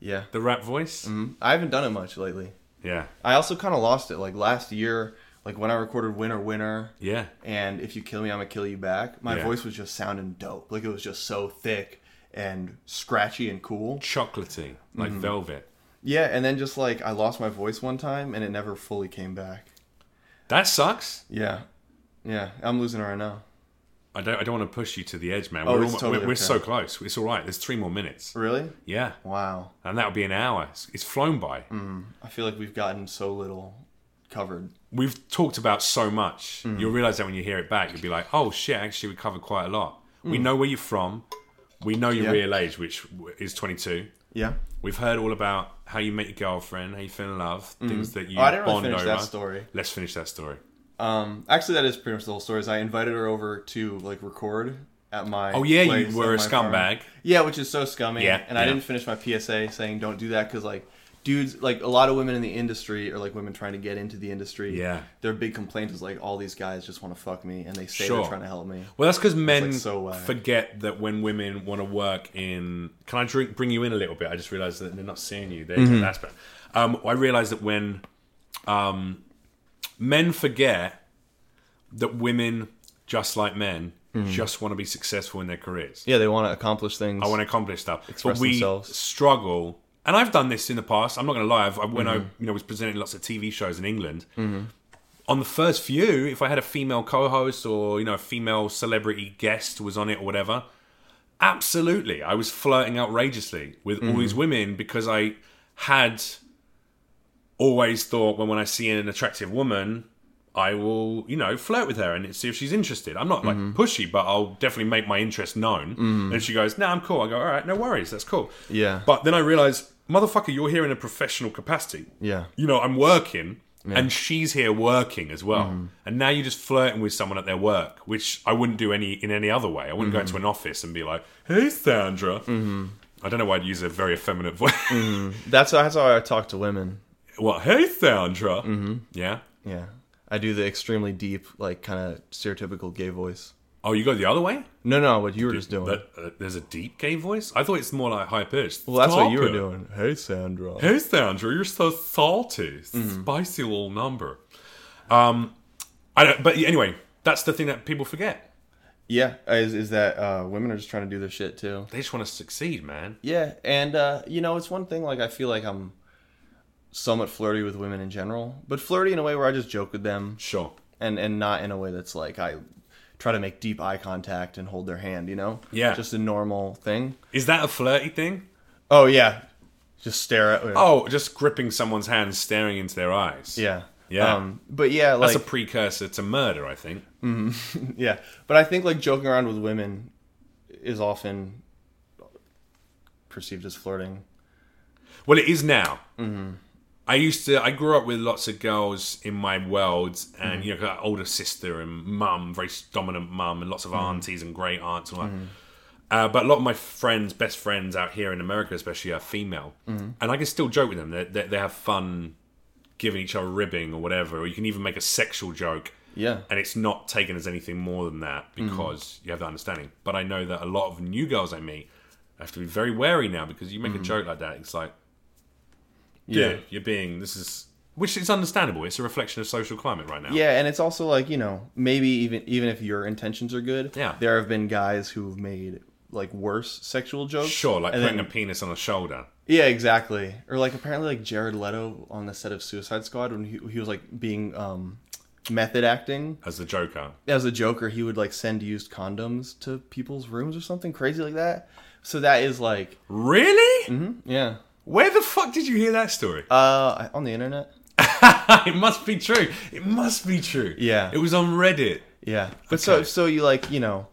Speaker 2: yeah.
Speaker 1: The rap voice?
Speaker 2: Mhm. I haven't done it much lately.
Speaker 1: Yeah,
Speaker 2: I also kind of lost it like last year like when I recorded Winner Winner
Speaker 1: yeah.
Speaker 2: and if you kill me, I'm gonna kill you back. My
Speaker 1: Yeah.
Speaker 2: voice was just sounding dope. Like it was just so thick and scratchy and cool.
Speaker 1: Chocolatey, like
Speaker 2: Mm-hmm.
Speaker 1: velvet.
Speaker 2: Yeah, and then just like I lost my voice one time and it never fully came back.
Speaker 1: That sucks.
Speaker 2: Yeah. Yeah, I'm losing it right now.
Speaker 1: I don't. I don't want to push you to the edge, man.
Speaker 2: Oh,
Speaker 1: we're
Speaker 2: it's
Speaker 1: almo-
Speaker 2: totally
Speaker 1: we're, we're
Speaker 2: okay.
Speaker 1: so close. It's all right. There's three more minutes.
Speaker 2: Really?
Speaker 1: Yeah,
Speaker 2: Wow.
Speaker 1: and that'll be an hour. It's, it's flown by.
Speaker 2: I feel like we've gotten so little covered.
Speaker 1: We've talked about so much.
Speaker 2: Mm.
Speaker 1: You'll realize that when you hear it back, you'll be like, "Oh shit! Actually, we covered quite a lot. We know where you're from. We know your
Speaker 2: Mm. Yeah.
Speaker 1: real age, which w- is 22.
Speaker 2: Yeah.
Speaker 1: We've heard all about how you met your girlfriend, how you fell in love, things that you
Speaker 2: Oh, I didn't really
Speaker 1: bond
Speaker 2: finish
Speaker 1: over.
Speaker 2: that story.
Speaker 1: Let's finish that story.
Speaker 2: Um actually that is pretty much the whole story. Is I invited her over to like record at my
Speaker 1: Oh yeah,
Speaker 2: place
Speaker 1: you were a
Speaker 2: at my farm.
Speaker 1: scumbag.
Speaker 2: Yeah, which is so scummy.
Speaker 1: Yeah,
Speaker 2: and
Speaker 1: yeah.
Speaker 2: I didn't finish my PSA saying don't do that because like dudes, like a lot of women in the industry or like women trying to get into the industry.
Speaker 1: Yeah.
Speaker 2: their big complaint is like all these guys just want to fuck me and they say
Speaker 1: Sure.
Speaker 2: they're trying to help me.
Speaker 1: Well, that's because men
Speaker 2: like so whack.
Speaker 1: forget that when women want to work in. Can I drink, bring you in a little bit? I just realized that they're not seeing you. There, that's bad. Um, I realized that when um, men forget that women, just like men, just want to be successful in their careers.
Speaker 2: Yeah, they want to accomplish things.
Speaker 1: I want to accomplish stuff.
Speaker 2: Express
Speaker 1: but we
Speaker 2: themselves.
Speaker 1: struggle, and I've done this in the past. I'm not going to lie. I've, I, when I
Speaker 2: Mm-hmm.
Speaker 1: you know was presenting lots of TV shows in England, on the first few, if I had a female co-host or you know a female celebrity guest was on it or whatever, absolutely, I was flirting outrageously with all these women because I had always thought when when I see an attractive woman. I will, you know, flirt with her and see if she's interested. I'm not like pushy, but I'll definitely make my interest known. And she goes, "No, I'm cool." I go, "All right, no worries, that's cool."
Speaker 2: Yeah.
Speaker 1: But then I realize, motherfucker, you're here in a professional capacity.
Speaker 2: yeah.
Speaker 1: You know, I'm working, and she's here working as well.
Speaker 2: Mm-hmm.
Speaker 1: And now you're just flirting with someone at their work, which I wouldn't do any in any other way. I wouldn't go into
Speaker 2: Mm-hmm.
Speaker 1: an office and be like, "Hey, Sandra." I don't know why I'd use a very effeminate voice. [laughs]
Speaker 2: Mm-hmm. That's that's how I talk to women.
Speaker 1: well, hey, Sandra.
Speaker 2: Mm-hmm.
Speaker 1: Yeah.
Speaker 2: Yeah, I do the extremely deep, like kind of stereotypical gay voice.
Speaker 1: Oh, you go the other way.
Speaker 2: No, no, what you were just doing.
Speaker 1: That, uh, there's a deep gay voice. I thought it's more like high pitched.
Speaker 2: well, that's what you were doing. Hey, Sandra.
Speaker 1: Hey, Sandra, you're so salty,
Speaker 2: Mm-hmm.
Speaker 1: spicy little number. Um, I don't. But anyway, that's the thing that people forget.
Speaker 2: Yeah, is, is that uh, women are just trying to do their shit too.
Speaker 1: They just want to succeed, man.
Speaker 2: Yeah, and uh, you know, it's one thing. Like, I feel like I'm somewhat flirty with women in general, but flirty in a way where I just joke with them,
Speaker 1: Sure.
Speaker 2: and and not in a way that's like I try to make deep eye contact and hold their hand. You know,
Speaker 1: Yeah.
Speaker 2: just a normal thing.
Speaker 1: Is that a flirty thing?
Speaker 2: Oh yeah, just stare at.
Speaker 1: Oh, just gripping someone's hand, staring into their eyes.
Speaker 2: Yeah,
Speaker 1: Yeah.
Speaker 2: Um, but yeah, like
Speaker 1: That's a precursor to murder, I think.
Speaker 2: yeah, but I think like joking around with women is often perceived as flirting.
Speaker 1: Well, it is now. Mm-hmm. I used to. I grew up with lots of girls in my world, and you know, got older sister and mum, very dominant mum, and lots of aunties and great aunts and all that. Uh, but a lot of my friends, best friends out here in America, especially, are female, and I can still joke with them. They, they, they have fun giving each other ribbing or whatever, or you can even make a sexual joke,
Speaker 2: Yeah.
Speaker 1: and it's not taken as anything more than that
Speaker 2: Mm.
Speaker 1: because you have that understanding. But I know that a lot of new girls I meet have to be very wary now because you make a joke like that, it's like
Speaker 2: Mm-hmm. Yeah.
Speaker 1: yeah, you're being this is which is understandable. It's a reflection of social climate right now.
Speaker 2: Yeah, and it's also like, you know, maybe even even if your intentions are good,
Speaker 1: Yeah.
Speaker 2: there have been guys who've made like worse sexual jokes.
Speaker 1: Sure, like
Speaker 2: and
Speaker 1: putting
Speaker 2: then-
Speaker 1: a penis on a shoulder.
Speaker 2: Yeah, exactly. Or like apparently like Jared Leto on the set of Suicide Squad when he, he was like being um method acting
Speaker 1: as the Joker.
Speaker 2: as a joker he would like send used condoms to people's rooms or something crazy like that. So that is like
Speaker 1: Really?
Speaker 2: yeah.
Speaker 1: Where the fuck did you hear that story?
Speaker 2: Mm-hmm. Uh on the internet?
Speaker 1: [laughs] it must be true. It must be true.
Speaker 2: Yeah.
Speaker 1: It was on Reddit.
Speaker 2: Yeah. But so
Speaker 1: Okay.
Speaker 2: so you like, you know,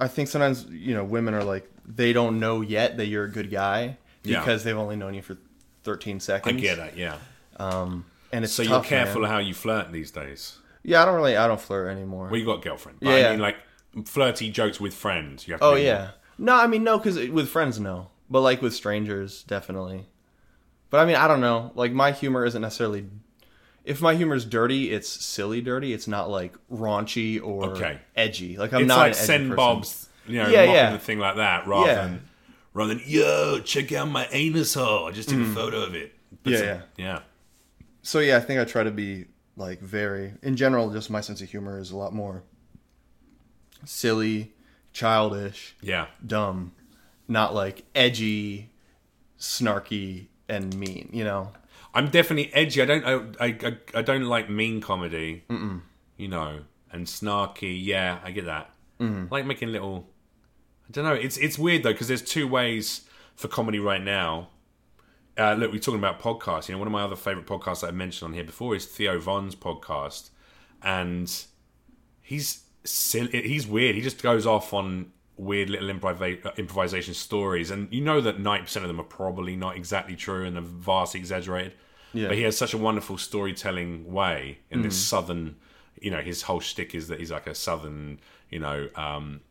Speaker 2: I think sometimes, you know, women are like they don't know yet that you're a good guy
Speaker 1: Yeah.
Speaker 2: because they've only known you for 13
Speaker 1: I
Speaker 2: seconds. Um,
Speaker 1: get that, yeah.
Speaker 2: And it's
Speaker 1: So
Speaker 2: tough,
Speaker 1: you're careful
Speaker 2: man.
Speaker 1: how you flirt these days.
Speaker 2: Yeah, I don't really I don't flirt anymore.
Speaker 1: Well, you got a girlfriend. But
Speaker 2: Yeah.
Speaker 1: I mean, like, flirty jokes with friends. You have to
Speaker 2: oh
Speaker 1: be-
Speaker 2: yeah. No, I mean no cuz with friends no, but like with strangers definitely. But I mean, I don't know. Like my humor isn't necessarily if my humor's dirty, it's silly dirty. It's not like raunchy or
Speaker 1: Okay.
Speaker 2: edgy. Like I'm
Speaker 1: It's
Speaker 2: not
Speaker 1: like
Speaker 2: an edgy
Speaker 1: send
Speaker 2: person.
Speaker 1: Bob's, you know,
Speaker 2: Yeah,
Speaker 1: mocking
Speaker 2: yeah.
Speaker 1: the thing like that rather
Speaker 2: Yeah.
Speaker 1: than, rather than, yo, check out my anus hole. I just took a photo of it. But
Speaker 2: Mm. Yeah,
Speaker 1: some-
Speaker 2: yeah.
Speaker 1: Yeah.
Speaker 2: so yeah, I think I try to be like very in general. Just my sense of humor is a lot more silly, childish,
Speaker 1: Yeah.
Speaker 2: dumb, not like edgy, snarky, and mean. You know?
Speaker 1: I'm definitely edgy. I don't. I. I. I, I don't like mean comedy. Mm-mm. You know, and snarky. Yeah, I get that. Mm. Like making little. I don't know. It's it's weird though because there's two ways for comedy right now. Uh, look, we're talking about podcasts. You know, one of my other favorite podcasts that I mentioned on here before is Theo Von's podcast, and he's silly. He's weird. He just goes off on weird little improv- uh, improvisation stories, and you know that ninety percent of them are probably not exactly true and are vastly exaggerated.
Speaker 2: Yeah.
Speaker 1: But he has such a wonderful storytelling way in this southern. You know, his whole shtick is that he's like a southern. You know, um,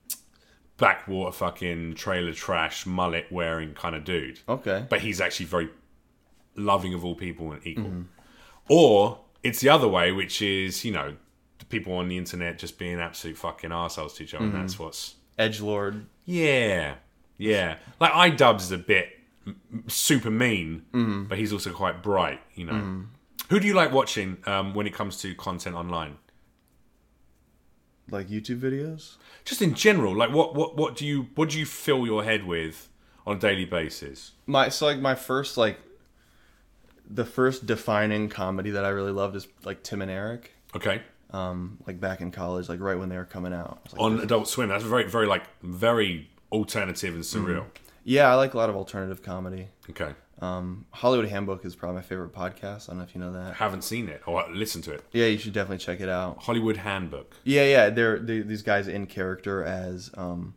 Speaker 1: backwater fucking trailer trash mullet wearing kind of dude
Speaker 2: Okay.
Speaker 1: but he's actually very loving of all people and equal. Or it's the other way, which is you know the people on the internet just being absolute fucking assholes to each other, and that's what's
Speaker 2: Edge lord.
Speaker 1: yeah, yeah. Like iDubbbz is a bit m- m- super mean, but he's also quite bright. You know, who do you like watching um, when it comes to content online?
Speaker 2: Like YouTube videos.
Speaker 1: Just in general, like what what what do you what do you fill your head with on a daily basis?
Speaker 2: my so like my first like the first defining comedy that I really loved is like Tim and Eric.
Speaker 1: Okay.
Speaker 2: Um, like back in college, like right when they were coming out. I was like,
Speaker 1: on Adult Swim. That's very, very like very alternative and surreal.
Speaker 2: yeah, I like a lot of alternative comedy.
Speaker 1: Okay,
Speaker 2: Um, Hollywood Handbook is probably my favorite podcast. I don't know if you know that.
Speaker 1: haven't seen it or listened to it.
Speaker 2: Yeah, you should definitely check it out.
Speaker 1: Hollywood Handbook.
Speaker 2: Yeah, yeah, they're, they these guys in character as um,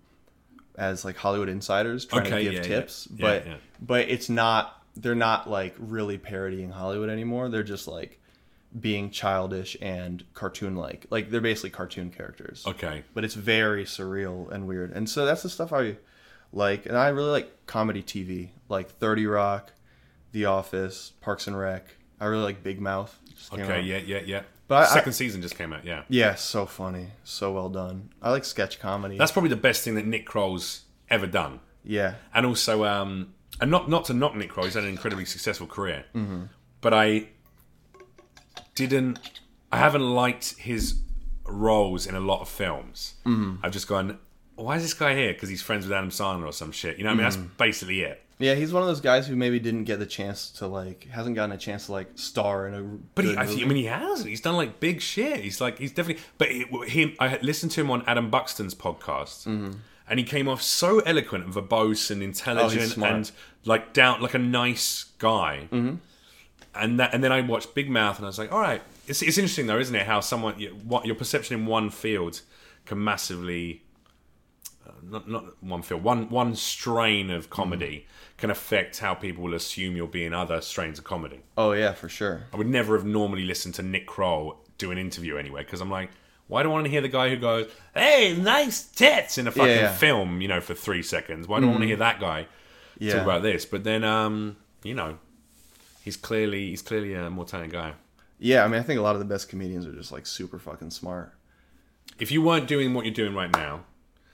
Speaker 2: as like Hollywood insiders trying
Speaker 1: Okay,
Speaker 2: to give
Speaker 1: yeah, yeah.
Speaker 2: tips,
Speaker 1: Yeah,
Speaker 2: but
Speaker 1: yeah.
Speaker 2: but it's not they're not like really parodying Hollywood anymore. They're just like being childish and cartoon like. Like they're basically cartoon characters.
Speaker 1: Okay,
Speaker 2: But it's very surreal and weird. And so that's the stuff I like and I really like comedy TV, like 30 Rock, The Office, Parks and Rec. I really like Big Mouth. Just came
Speaker 1: okay,
Speaker 2: out.
Speaker 1: yeah, yeah, yeah.
Speaker 2: But I-
Speaker 1: second season just came out. Yeah,
Speaker 2: Yeah, so funny, so well done. I like sketch comedy.
Speaker 1: that's probably the best thing that Nick Kroll's ever done.
Speaker 2: yeah,
Speaker 1: and also um and not not to knock Nick Kroll, he's had an incredibly successful career.
Speaker 2: Mm-hmm.
Speaker 1: But I didn't I haven't liked his roles in a lot of films.
Speaker 2: Mm-hmm.
Speaker 1: I've just gone, why is this guy here? Because he's friends with Adam Sandler or some shit. You know what I mean?
Speaker 2: Mm.
Speaker 1: That's basically it.
Speaker 2: yeah. He's one of those guys who maybe didn't get the chance to like, hasn't gotten a chance to like star in a.
Speaker 1: But he,
Speaker 2: good
Speaker 1: I, think- I
Speaker 2: movie.
Speaker 1: mean, he has. He's done like big shit. He's like, he's definitely. But it, him, I had listened to him on Adam Buxton's podcast,
Speaker 2: Mm-hmm.
Speaker 1: and he came off so eloquent
Speaker 2: Oh,
Speaker 1: and verbose and intelligent
Speaker 2: smart. Mm-hmm.
Speaker 1: and like down, like a nice guy. and that, and then I watched Big Mouth, and I was like, all right, it's, it's interesting though, isn't it? How someone you, what your perception in one field can massively uh, not not one field one one strain of comedy
Speaker 2: Mm-hmm.
Speaker 1: can affect how people will assume you'll be in other strains of comedy.
Speaker 2: Oh yeah, for sure.
Speaker 1: I would never have normally listened to Nick Kroll do an interview anywhere because I'm like, why do I want to hear the guy who goes, "Hey, nice tits" in a fucking
Speaker 2: Yeah. Mm.
Speaker 1: film, you know, for three seconds? Why do I want to hear that guy
Speaker 2: Yeah.
Speaker 1: talk about this? But then, um, you know, he's clearly he's clearly a more talented guy.
Speaker 2: Yeah, I mean, I think a lot of the best comedians are just like super fucking smart.
Speaker 1: If you weren't doing what you're doing right now,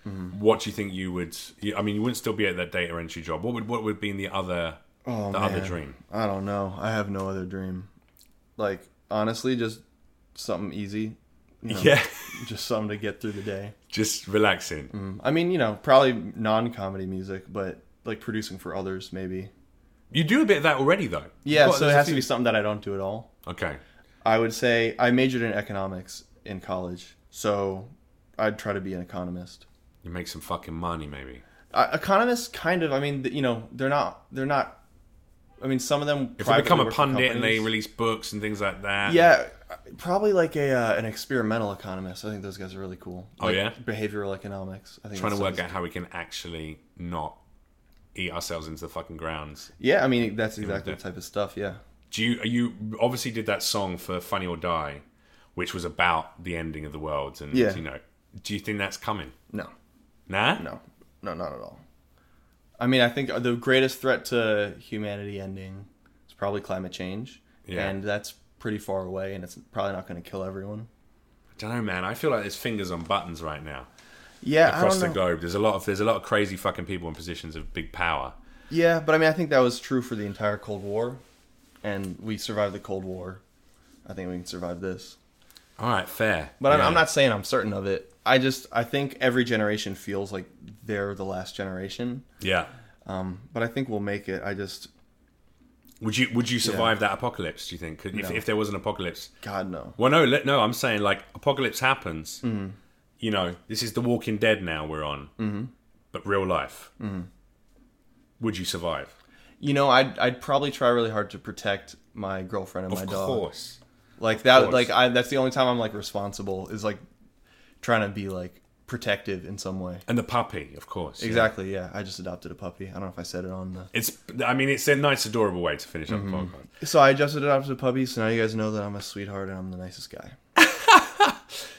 Speaker 2: Mm-hmm.
Speaker 1: what do you think you would? you- I mean, you wouldn't still be at that data entry job. What would what would be in the other
Speaker 2: Oh,
Speaker 1: the other
Speaker 2: man.
Speaker 1: dream?
Speaker 2: I don't know. I have no other dream. Like honestly, just something easy. you know,
Speaker 1: Yeah,
Speaker 2: just something to get through the day.
Speaker 1: [laughs]
Speaker 2: Um,
Speaker 1: just relaxing.
Speaker 2: I mean, you know, probably non-comedy music, but like producing for others, maybe.
Speaker 1: You do a bit of that already, though.
Speaker 2: Yeah,
Speaker 1: Well,
Speaker 2: so it
Speaker 1: there's a
Speaker 2: has to
Speaker 1: few-
Speaker 2: be something that I don't do at all.
Speaker 1: okay.
Speaker 2: I would say I majored in economics in college, so I'd try to be an economist.
Speaker 1: You make some fucking money, maybe.
Speaker 2: Uh, economists, kind of. I mean, th- you know, they're not. They're not. I mean, some of them.
Speaker 1: If they become a
Speaker 2: privately work for
Speaker 1: pundit and they
Speaker 2: companies.
Speaker 1: release books and things like that.
Speaker 2: Yeah, probably like a uh, an experimental economist. I think those guys are really cool.
Speaker 1: Oh,
Speaker 2: Like,
Speaker 1: yeah?
Speaker 2: behavioral economics. I think
Speaker 1: Trying to
Speaker 2: that's
Speaker 1: work
Speaker 2: something-
Speaker 1: out how we can actually not eat ourselves into the fucking grounds.
Speaker 2: Yeah, I mean that's exactly
Speaker 1: that.
Speaker 2: the type of stuff. Yeah.
Speaker 1: Do you you obviously did that song for Funny or Die, which was about the ending of the world and
Speaker 2: Yeah.
Speaker 1: you know. Do you think that's coming?
Speaker 2: No,
Speaker 1: Nah?
Speaker 2: no, no, not at all. I mean, I think the greatest threat to humanity ending is probably climate change,
Speaker 1: Yeah.
Speaker 2: and that's pretty far away, and it's probably not going to kill everyone.
Speaker 1: I don't know, man. I feel like there's fingers on buttons right now.
Speaker 2: Yeah, I
Speaker 1: Across
Speaker 2: don't
Speaker 1: the
Speaker 2: know.
Speaker 1: globe. There's a lot of there's a lot of crazy fucking people in positions of big power.
Speaker 2: Yeah, but I mean, I think that was true for the entire Cold War, and we survived the Cold War. I think we can survive this.
Speaker 1: Alright, fair.
Speaker 2: But
Speaker 1: Yeah.
Speaker 2: I'm, I'm not saying I'm certain of it. I just I think every generation feels like they're the last generation.
Speaker 1: Yeah.
Speaker 2: Um, but I think we'll make it. I just
Speaker 1: Would you would you survive that apocalypse, do you think? Could- If,
Speaker 2: No.
Speaker 1: if there was an apocalypse.
Speaker 2: God no.
Speaker 1: Well, no, let, no. I'm saying like apocalypse happens.
Speaker 2: Mm.
Speaker 1: You know, this is the Walking Dead now we're on, mm-hmm. but real life.
Speaker 2: Mm-hmm.
Speaker 1: Would you survive?
Speaker 2: You know, I'd I'd probably try really hard to protect my girlfriend and my
Speaker 1: of
Speaker 2: dog.
Speaker 1: course.
Speaker 2: Like that.
Speaker 1: course.
Speaker 2: Like I. That's the only time I'm like responsible is like trying to be like protective in some way.
Speaker 1: And the puppy, of course. yeah.
Speaker 2: Exactly. Yeah. I just adopted a puppy. I don't know if I said it on the.
Speaker 1: It's. I mean, it's a nice, adorable way to finish up
Speaker 2: Mm-hmm.
Speaker 1: the podcast.
Speaker 2: So I adjusted it up to puppy, so now you guys know that I'm a sweetheart and I'm the nicest guy.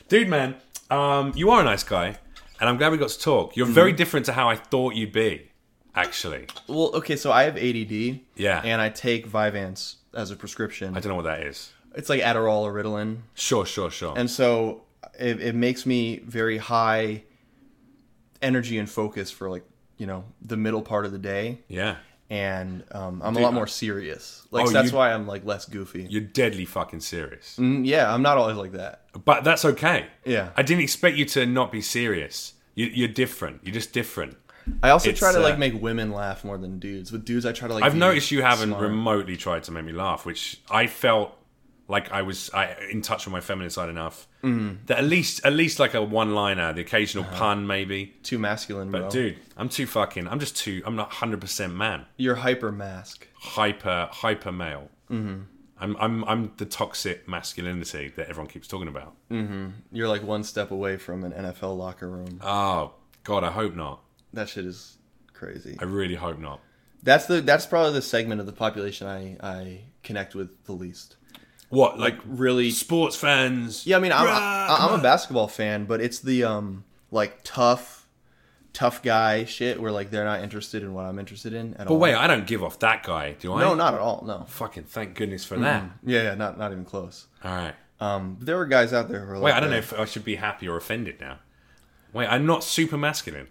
Speaker 1: Dude, man, um, you are a nice guy, and I'm glad we got to talk.
Speaker 2: Mm-hmm.
Speaker 1: You're very different to how I thought you'd be, actually.
Speaker 2: Well, okay, so I have ADD.
Speaker 1: Yeah.
Speaker 2: And I take Vyvanse as a prescription.
Speaker 1: I don't know what that is.
Speaker 2: It's like Adderall or Ritalin.
Speaker 1: Sure, sure, sure.
Speaker 2: And so it, it makes me very high energy and focus for like, you know, the middle part of the day.
Speaker 1: yeah,
Speaker 2: And um, I'm a lot more serious. Like,
Speaker 1: Oh,
Speaker 2: so that's
Speaker 1: you-
Speaker 2: why I'm like less goofy.
Speaker 1: you're deadly fucking serious.
Speaker 2: Mm, yeah, I'm not always like that.
Speaker 1: But that's okay.
Speaker 2: Yeah.
Speaker 1: I didn't expect you to not be serious. You, you're different. You're just different.
Speaker 2: I also
Speaker 1: It's,
Speaker 2: try to
Speaker 1: uh,
Speaker 2: like make women laugh more than dudes. With dudes, I try to like.
Speaker 1: I've
Speaker 2: be
Speaker 1: noticed you haven't
Speaker 2: smart.
Speaker 1: remotely tried to make me laugh, which I felt like I was I, in touch with my feminine side enough.
Speaker 2: Mm.
Speaker 1: That at least, at least like a one-liner, the occasional
Speaker 2: Uh-huh.
Speaker 1: pun, maybe.
Speaker 2: too masculine, bro.
Speaker 1: But dude, I'm too fucking. I'm just too. I'm not 100 percent man.
Speaker 2: You're hyper mask.
Speaker 1: Hyper, hyper male. Mm-hmm. I'm, I'm, I'm the toxic masculinity that everyone keeps talking about.
Speaker 2: You're like one step away from an NFL locker room.
Speaker 1: Oh God, I hope not.
Speaker 2: That shit is crazy.
Speaker 1: I really hope not.
Speaker 2: That's the that's probably the segment of the population I I connect with the least.
Speaker 1: What like
Speaker 2: Really?
Speaker 1: sports fans?
Speaker 2: Yeah, I mean, I'm
Speaker 1: Rah,
Speaker 2: I,
Speaker 1: come
Speaker 2: I'm
Speaker 1: on.
Speaker 2: a basketball fan, but it's the um like tough, tough guy shit where like they're not interested in what I'm interested in at
Speaker 1: But
Speaker 2: all.
Speaker 1: wait, I don't give off that guy, do I?
Speaker 2: no, Mm-hmm. not at all. No.
Speaker 1: Fucking thank goodness for that.
Speaker 2: Yeah, yeah, not not even close.
Speaker 1: All right.
Speaker 2: Um, but there were guys out there who were
Speaker 1: Wait,
Speaker 2: like,
Speaker 1: I don't know
Speaker 2: uh,
Speaker 1: if I should be happy or offended now. Wait, I'm not super masculine.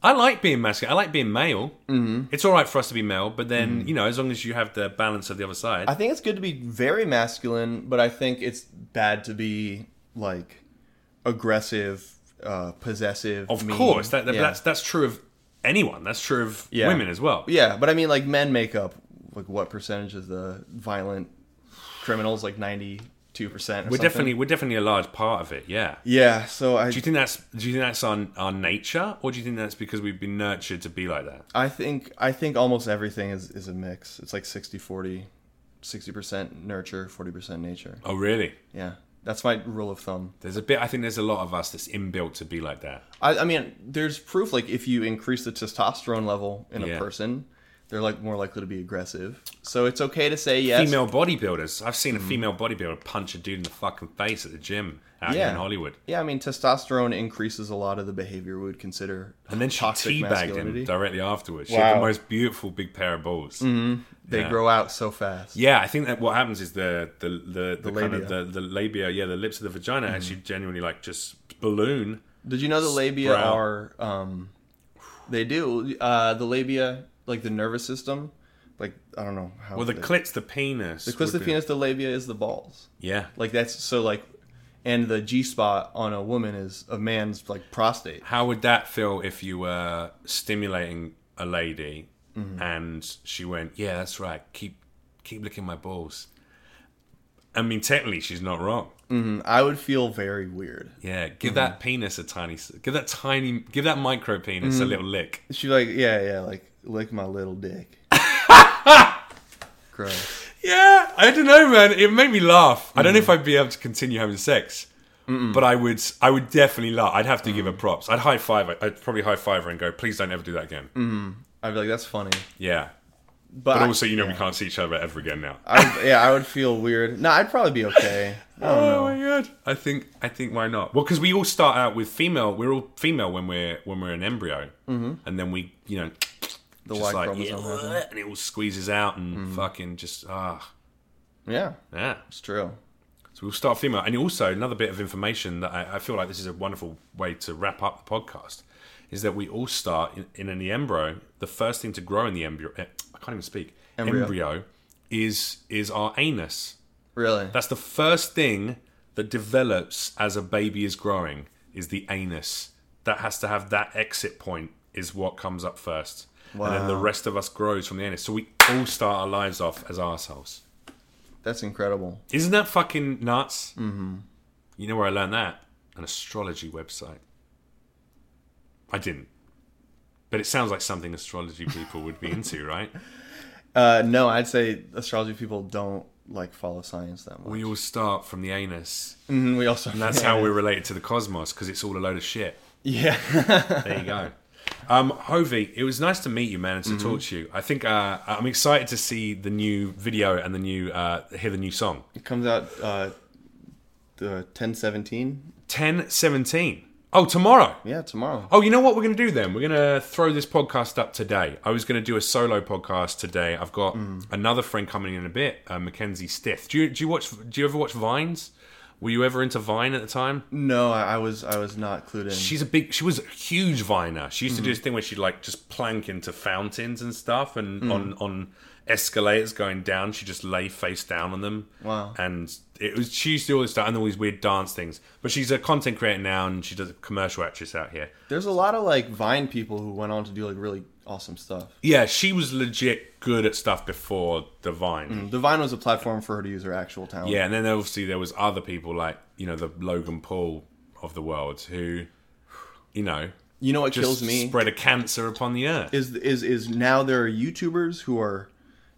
Speaker 1: I like being masculine. I like being male. Mm-hmm. It's all right for us to be male, but then you know, as long as you have the balance of the other side.
Speaker 2: Mm-hmm. I think it's good to be very masculine, but I think it's bad to be like aggressive, uh, possessive.
Speaker 1: of
Speaker 2: mean.
Speaker 1: course, that, that-
Speaker 2: yeah.
Speaker 1: that's that's true of anyone. That's true of
Speaker 2: Yeah.
Speaker 1: women as well.
Speaker 2: yeah, but I mean, like men make up like what percentage of the violent criminals? Like ninety two percent.
Speaker 1: We're definitely we're definitely a large part of it. Yeah.
Speaker 2: yeah. So I
Speaker 1: Do you think that's do you think that's on our nature, or do you think that's because we've been nurtured to be like that?
Speaker 2: I think I think almost everything is is a mix. It's like 60, 40. sixty percent nurture, forty percent nature.
Speaker 1: Oh, really?
Speaker 2: Yeah, that's my rule of thumb.
Speaker 1: There's a bit. I think there's a lot of us that's inbuilt to be like that.
Speaker 2: I, I mean, there's proof. Like if you increase the testosterone level in
Speaker 1: Yeah.
Speaker 2: a person, they're like more likely to be aggressive. So it's okay to say yes.
Speaker 1: Female bodybuilders. I've seen a female bodybuilder punch a dude in the fucking face at the gym out here
Speaker 2: Yeah.
Speaker 1: in Hollywood,
Speaker 2: Yeah, I mean, testosterone increases a lot of the behavior we would consider.
Speaker 1: and then she
Speaker 2: toxic
Speaker 1: teabagged him
Speaker 2: masculinity.
Speaker 1: directly afterwards. She had the
Speaker 2: Wow. Mm-hmm.
Speaker 1: most beautiful big pair of balls.
Speaker 2: They
Speaker 1: Yeah.
Speaker 2: grow out so fast.
Speaker 1: Yeah, I think that what happens is the the the, the, kind of the,
Speaker 2: labia. Mm-hmm.
Speaker 1: the labia, yeah, the lips of the vagina actually genuinely like just balloon.
Speaker 2: Did you know the labia
Speaker 1: Sprout.
Speaker 2: are? Um, they do. Uh, the labia, like the nervous system, like I don't know how.
Speaker 1: Well, the
Speaker 2: they-
Speaker 1: clit's the penis.
Speaker 2: the clitoris,
Speaker 1: would be-
Speaker 2: the penis, the labia is the balls.
Speaker 1: Yeah,
Speaker 2: Like that's so like, and the G spot on a woman is a man's like prostate.
Speaker 1: How would that feel if you were stimulating a lady
Speaker 2: Mm-hmm.
Speaker 1: and she went, "Yeah, that's right. Keep keep licking my balls." I mean, technically, she's not wrong.
Speaker 2: Mm, I would feel very weird.
Speaker 1: Yeah, give that penis a tiny, s- give that tiny, give that micro penis a little lick.
Speaker 2: She like yeah yeah like lick my little
Speaker 1: [laughs]
Speaker 2: dick. Gross.
Speaker 1: Yeah, I don't know, man. It made me laugh. I don't know if I'd be able to continue having sex, but I would. I would definitely laugh. I'd have to give her props. I'd high five. her- I'd probably high five her and go, "Please don't ever do that again."
Speaker 2: I'd be like that's funny,
Speaker 1: Yeah,
Speaker 2: but,
Speaker 1: but
Speaker 2: I-
Speaker 1: also, you know, we can't see each other ever again now.
Speaker 2: I would, yeah, I would feel weird. No, I'd probably be okay.
Speaker 1: [laughs] Oh my god! I think I think why not? Well, because we all start out with female. We're all female when we're when we're an embryo, mm-hmm. and then we you know
Speaker 2: The
Speaker 1: just
Speaker 2: Y
Speaker 1: like Mm. yeah,
Speaker 2: chromosome. has it.
Speaker 1: and it all squeezes out and fucking just ah
Speaker 2: Yeah,
Speaker 1: yeah.
Speaker 2: it's true.
Speaker 1: So we'll start female, and also another bit of information that I, I feel like this is a wonderful way to wrap up the podcast is that we all start in, in an embryo. The first thing to grow in the embryo, eh, I can't even speak.
Speaker 2: Embryo.
Speaker 1: embryo is is our anus.
Speaker 2: Really?
Speaker 1: That's the first thing that develops as a baby is growing is the anus. That has to have that exit point is what comes up first. And then the rest of us grows from the anus. So we all start our lives off as arseholes.
Speaker 2: That's incredible.
Speaker 1: Isn't that fucking nuts? Mm-hmm. You know where I learned that? An astrology website. I didn't. But it sounds like something astrology people would be into, right?
Speaker 2: Uh, no, I'd say astrology people don't like follow science that much.
Speaker 1: We all start from the anus.
Speaker 2: Mhm, we also
Speaker 1: And that's
Speaker 2: [laughs]
Speaker 1: how we're related to the cosmos because it's all a load of shit.
Speaker 2: yeah. [laughs]
Speaker 1: There you go. Um, Hovey, it was nice to meet you, man, and to talk to you. I think uh, I'm excited to see the new video and the new uh, hear the new song.
Speaker 2: it comes out uh, the ten seventeen.
Speaker 1: Ten seventeen. Oh, tomorrow.
Speaker 2: Yeah, tomorrow.
Speaker 1: Oh, you know what we're going to do then? We're going to throw this podcast up today. I was going to do a solo podcast today. I've got another friend coming in a bit, uh, Mackenzie Stiff. Do you do you watch? Do you ever watch Vines? Were you ever into Vine at the time?
Speaker 2: No, I, I was I was not clued in.
Speaker 1: Mm. She's a big. She was a huge viner. She used to do this thing where she'd like just plank into fountains and stuff, and on on escalators going down, she just lay face down on them.
Speaker 2: Wow.
Speaker 1: And it was she used to do all this stuff and all these weird dance things. But she's a content creator now, and she does a commercial actress out here.
Speaker 2: There's a lot of like Vine people who went on to do like really awesome stuff.
Speaker 1: Yeah, she was legit good at stuff before the Vine.
Speaker 2: The Vine was a platform for her to use her actual talent.
Speaker 1: Yeah, and then obviously there was other people like you know the Logan Paul of the world who, you know,
Speaker 2: You know what
Speaker 1: just
Speaker 2: kills me
Speaker 1: spread a cancer upon the earth.
Speaker 2: is is is now there are YouTubers who are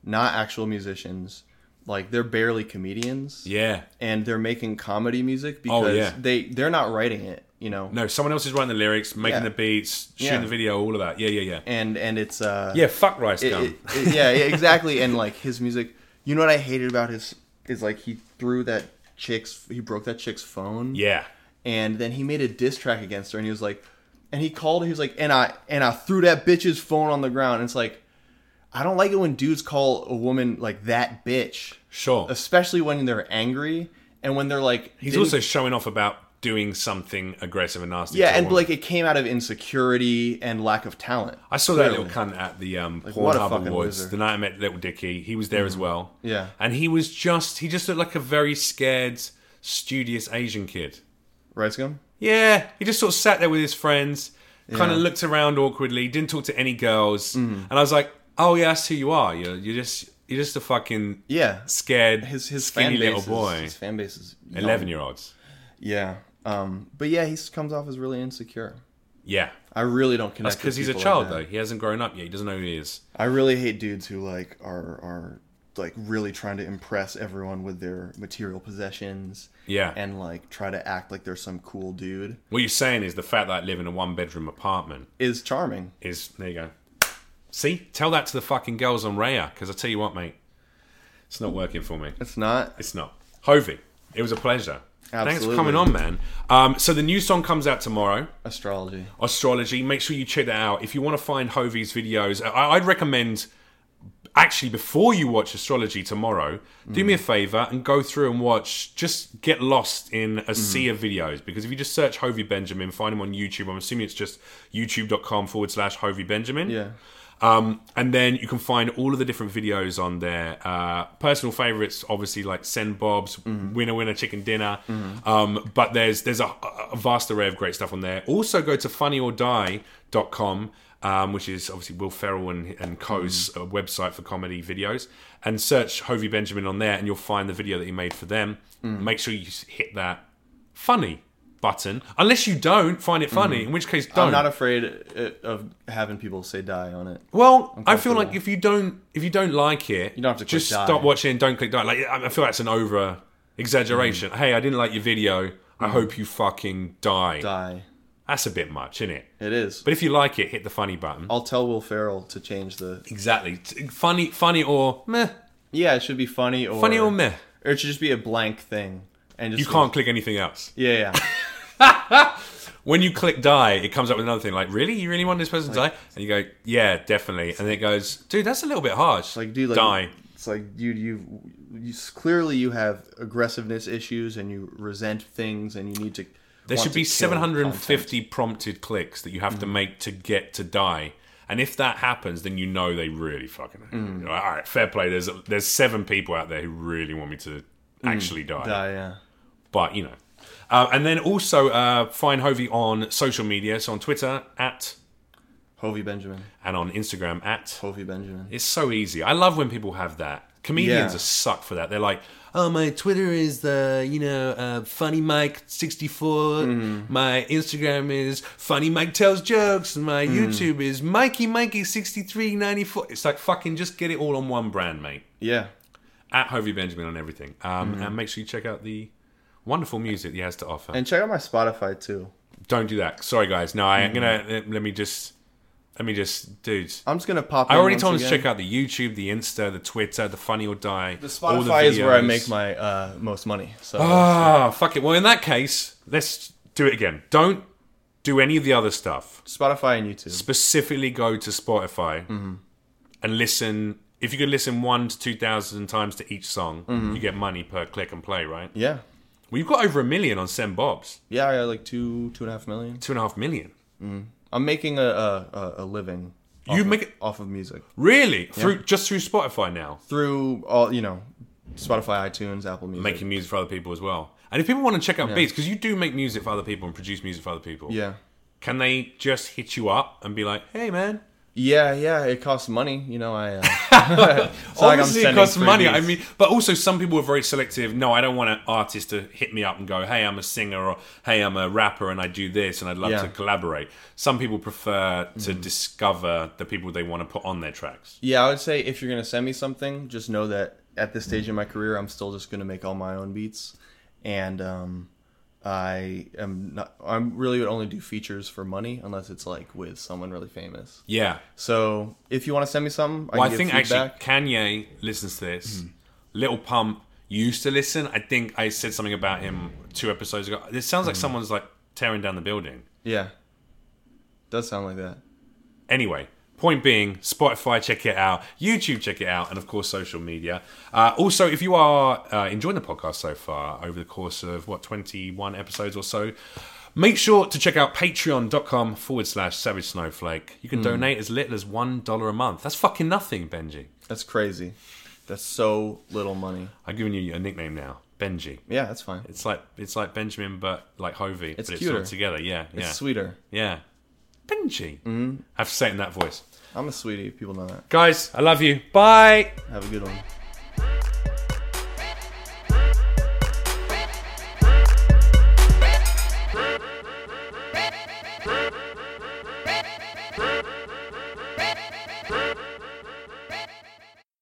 Speaker 2: not actual musicians. Like they're barely comedians.
Speaker 1: yeah.
Speaker 2: and they're making comedy music because
Speaker 1: Oh, yeah.
Speaker 2: they they're not writing it, you know.
Speaker 1: No, someone else is writing the lyrics, making
Speaker 2: Yeah.
Speaker 1: the beats, shooting
Speaker 2: Yeah.
Speaker 1: the video, all of that. Yeah, yeah, yeah.
Speaker 2: And and it's uh
Speaker 1: Yeah, fuck rice
Speaker 2: it-
Speaker 1: gum. [laughs]
Speaker 2: it- it- yeah, yeah, exactly. And like his music, you know what I hated about his is like he threw that chick's he broke that chick's phone.
Speaker 1: yeah.
Speaker 2: And then he made a diss track against her and he was like and he called her, he was like and I and I threw that bitch's phone on the ground. And it's like I don't like it when dudes call a woman like that bitch,
Speaker 1: Sure.
Speaker 2: especially when they're angry and when they're like
Speaker 1: He's
Speaker 2: didn't-
Speaker 1: also showing off about doing something aggressive and nasty. to
Speaker 2: Yeah,
Speaker 1: a
Speaker 2: and
Speaker 1: woman.
Speaker 2: like it came out of insecurity and lack of talent.
Speaker 1: I saw that little cunt at the um,
Speaker 2: what a
Speaker 1: Pornhub
Speaker 2: fucking
Speaker 1: Awards
Speaker 2: loser. Mm-hmm.
Speaker 1: the night I met Little Dicky. He was there as well.
Speaker 2: Yeah.
Speaker 1: and he was just—he just looked like a very scared, studious Asian kid.
Speaker 2: Rice gum?
Speaker 1: Yeah, he just sort of sat there with his friends, kind of looked around awkwardly, didn't talk to any girls,
Speaker 2: Mm-hmm.
Speaker 1: and I was like, "Oh yeah, that's who you are. You're, you're just you're just a fucking
Speaker 2: Yeah.
Speaker 1: scared,
Speaker 2: His his
Speaker 1: skinny
Speaker 2: fan base
Speaker 1: little
Speaker 2: is-
Speaker 1: boy,
Speaker 2: his fan base is young.
Speaker 1: eleven year olds."
Speaker 2: Yeah. Um but yeah, he s- comes off as really insecure.
Speaker 1: Yeah,
Speaker 2: I really don't connect
Speaker 1: because he's a child though. He hasn't grown up yet. He doesn't know who he is.
Speaker 2: though. I really hate dudes who like are are like really trying to impress everyone with their material possessions
Speaker 1: Yeah.
Speaker 2: and like try to act like they're some cool dude
Speaker 1: What you're saying is the fact that I live in a one bedroom apartment
Speaker 2: is charming.
Speaker 1: is there you go. See, tell that to the fucking girls on Raya, because I tell you what, mate, it's not working for me.
Speaker 2: It's not.
Speaker 1: It's not. Hovey, it was a pleasure. Thanks for
Speaker 2: Absolutely.
Speaker 1: coming on, man. Um, so the new song comes out tomorrow.
Speaker 2: Astrology.
Speaker 1: Astrology. Make sure you check that out. If you want to find Hovey's videos, I- I'd recommend actually before you watch astrology tomorrow do
Speaker 2: Mm.
Speaker 1: me a favor and go through and watch just get lost in
Speaker 2: Mm.
Speaker 1: a sea of videos because if you just search hovey benjamin find him on youtube i'm assuming it's just youtube.com forward slash hovey benjamin
Speaker 2: Yeah.
Speaker 1: um, and then you can find all of the different videos on there uh, personal favorites obviously like send bobs winner winner chicken dinner um, but there's there's a, a vast array of great stuff on there also go to funnyordie.com um, which is obviously Will Ferrell and, and Co.'s uh website for comedy videos, and search Hovey Benjamin on there, and you'll find the video that he made for them. Make sure you s- hit that funny button, unless you don't find it funny, in which case don't.
Speaker 2: I'm not afraid uh, of having people say die on it.
Speaker 1: well, I feel like if you don't if you don't like it, you
Speaker 2: don't have to click
Speaker 1: just
Speaker 2: die.
Speaker 1: stop watching and don't click die. Like I I feel that's an over
Speaker 2: Mm.
Speaker 1: exaggeration. Hey, I didn't like your video. I hope you fucking die.
Speaker 2: Die.
Speaker 1: That's a bit much, isn't it?
Speaker 2: It is.
Speaker 1: But if you like it, hit the funny button.
Speaker 2: I'll tell Will Ferrell to change the.
Speaker 1: Exactly. T- Funny, funny or meh.
Speaker 2: Yeah, it should be funny or
Speaker 1: Funny or meh.
Speaker 2: or it should just be a blank thing and just
Speaker 1: You can't click anything else.
Speaker 2: Yeah, yeah.
Speaker 1: When you click die, it comes up with another thing like, really? You really want this person to die? And you go, yeah, definitely. And then it goes, dude, that's a little bit harsh.
Speaker 2: like dude, like
Speaker 1: die.
Speaker 2: It's like you you you clearly you have aggressiveness issues and you resent things and you need to.
Speaker 1: There should be 750 prompted clicks that you have to make to get to die. And if that happens, then you know they really fucking. You're like, All right, fair play. There's there's seven people out there who really want me to actually
Speaker 2: Die, yeah.
Speaker 1: but you know. Uh, and then also uh, find Hovey on social media, so on Twitter at
Speaker 2: Hovey Benjamin.
Speaker 1: and on Instagram at.
Speaker 2: Hovey Benjamin.
Speaker 1: It's so easy. I love when people have that. Comedians
Speaker 2: Yeah.
Speaker 1: are suck for that. They're like, oh, my Twitter is the you know uh, funny Mike sixty four. My Instagram is funny Mike tells jokes, and my YouTube is Mikey Mikey sixty three ninety four. It's like fucking just get it all on one brand, mate.
Speaker 2: Yeah.
Speaker 1: At Hovey Benjamin on everything, um, and make sure you check out the wonderful music he has to offer.
Speaker 2: And check out my Spotify too.
Speaker 1: Don't do that. Sorry, guys. No, I'm gonna let- let me just let me just, dudes.
Speaker 2: I'm just gonna pop.
Speaker 1: I
Speaker 2: in
Speaker 1: already
Speaker 2: once
Speaker 1: told them to
Speaker 2: again.
Speaker 1: check out the YouTube, the Insta, the Twitter, the Funny or Die.
Speaker 2: The Spotify is where I make my uh, most money. So
Speaker 1: Ah, fuck it. Well, in that case, let's do it again. Don't do any of the other stuff.
Speaker 2: Spotify and YouTube.
Speaker 1: Specifically, go to Spotify
Speaker 2: Mm-hmm.
Speaker 1: and listen. If you could listen one to two thousand times to each song,
Speaker 2: Mm-hmm.
Speaker 1: you get money per click and play, right?
Speaker 2: Yeah.
Speaker 1: Well, you've got over a million on Sem Bob's,
Speaker 2: Yeah, I got like two, two and a half million.
Speaker 1: two and a half million.
Speaker 2: I'm making a a, a, a living. Off
Speaker 1: You
Speaker 2: of,
Speaker 1: make it-
Speaker 2: off of music
Speaker 1: Really? Through just through Spotify now.
Speaker 2: through all you know, Spotify, iTunes, Apple Music.
Speaker 1: making music for other people as well. And if people want to check out beats, because you do make music for other people and produce music for other people,
Speaker 2: yeah,
Speaker 1: can they just hit you up and be like, "Hey, man"?
Speaker 2: yeah, yeah. It costs money. You know, I.
Speaker 1: [laughs]
Speaker 2: Uh, it's like I'm
Speaker 1: Obviously, it
Speaker 2: sending
Speaker 1: costs money. I
Speaker 2: freebies.
Speaker 1: mean, but also some people are very selective. No, I don't want an artist to hit me up and go, "Hey, I'm a singer," or "Hey, I'm a rapper, and I do this, and I'd love
Speaker 2: Yeah. Mm.
Speaker 1: to collaborate." Some people prefer to discover the people they want to put on their tracks.
Speaker 2: yeah, I would say if you're gonna send me something, just know that at this stage in my career, I'm still just gonna make all my own beats, and um, I am not. I'm really would only do features for money unless it's like with someone really famous.
Speaker 1: Yeah.
Speaker 2: So if you want to send me something, I,
Speaker 1: Well, I
Speaker 2: can
Speaker 1: think
Speaker 2: give feedback. Mm.
Speaker 1: actually Kanye listens to this. Little Pump used to listen. I think I said something about him two episodes ago. This sounds
Speaker 2: Mm.
Speaker 1: like someone's like tearing down the building.
Speaker 2: yeah, does sound like that.
Speaker 1: Anyway, point being, Spotify, check it out. YouTube, check it out. And of course, social media. Uh, also, if you are uh, enjoying the podcast so far over the course of what, 21 episodes or so, make sure to check out patreon.com forward slash savage snowflake. You
Speaker 2: Hmm.
Speaker 1: can donate as little as $1 a month. That's fucking nothing, Benji.
Speaker 2: That's crazy. That's so little money.
Speaker 1: I've given you a nickname now, Benji.
Speaker 2: Yeah, that's fine.
Speaker 1: It's like it's like Benjamin, but like Hovey.
Speaker 2: It's
Speaker 1: but it's
Speaker 2: cuter.
Speaker 1: all together. Yeah, yeah,
Speaker 2: It's Mm-hmm. sweeter.
Speaker 1: yeah. Benji. Mm. I have to say it in that voice,
Speaker 2: I'm a sweetie. People know that.
Speaker 1: guys. I love you. Bye.
Speaker 2: Have a good one.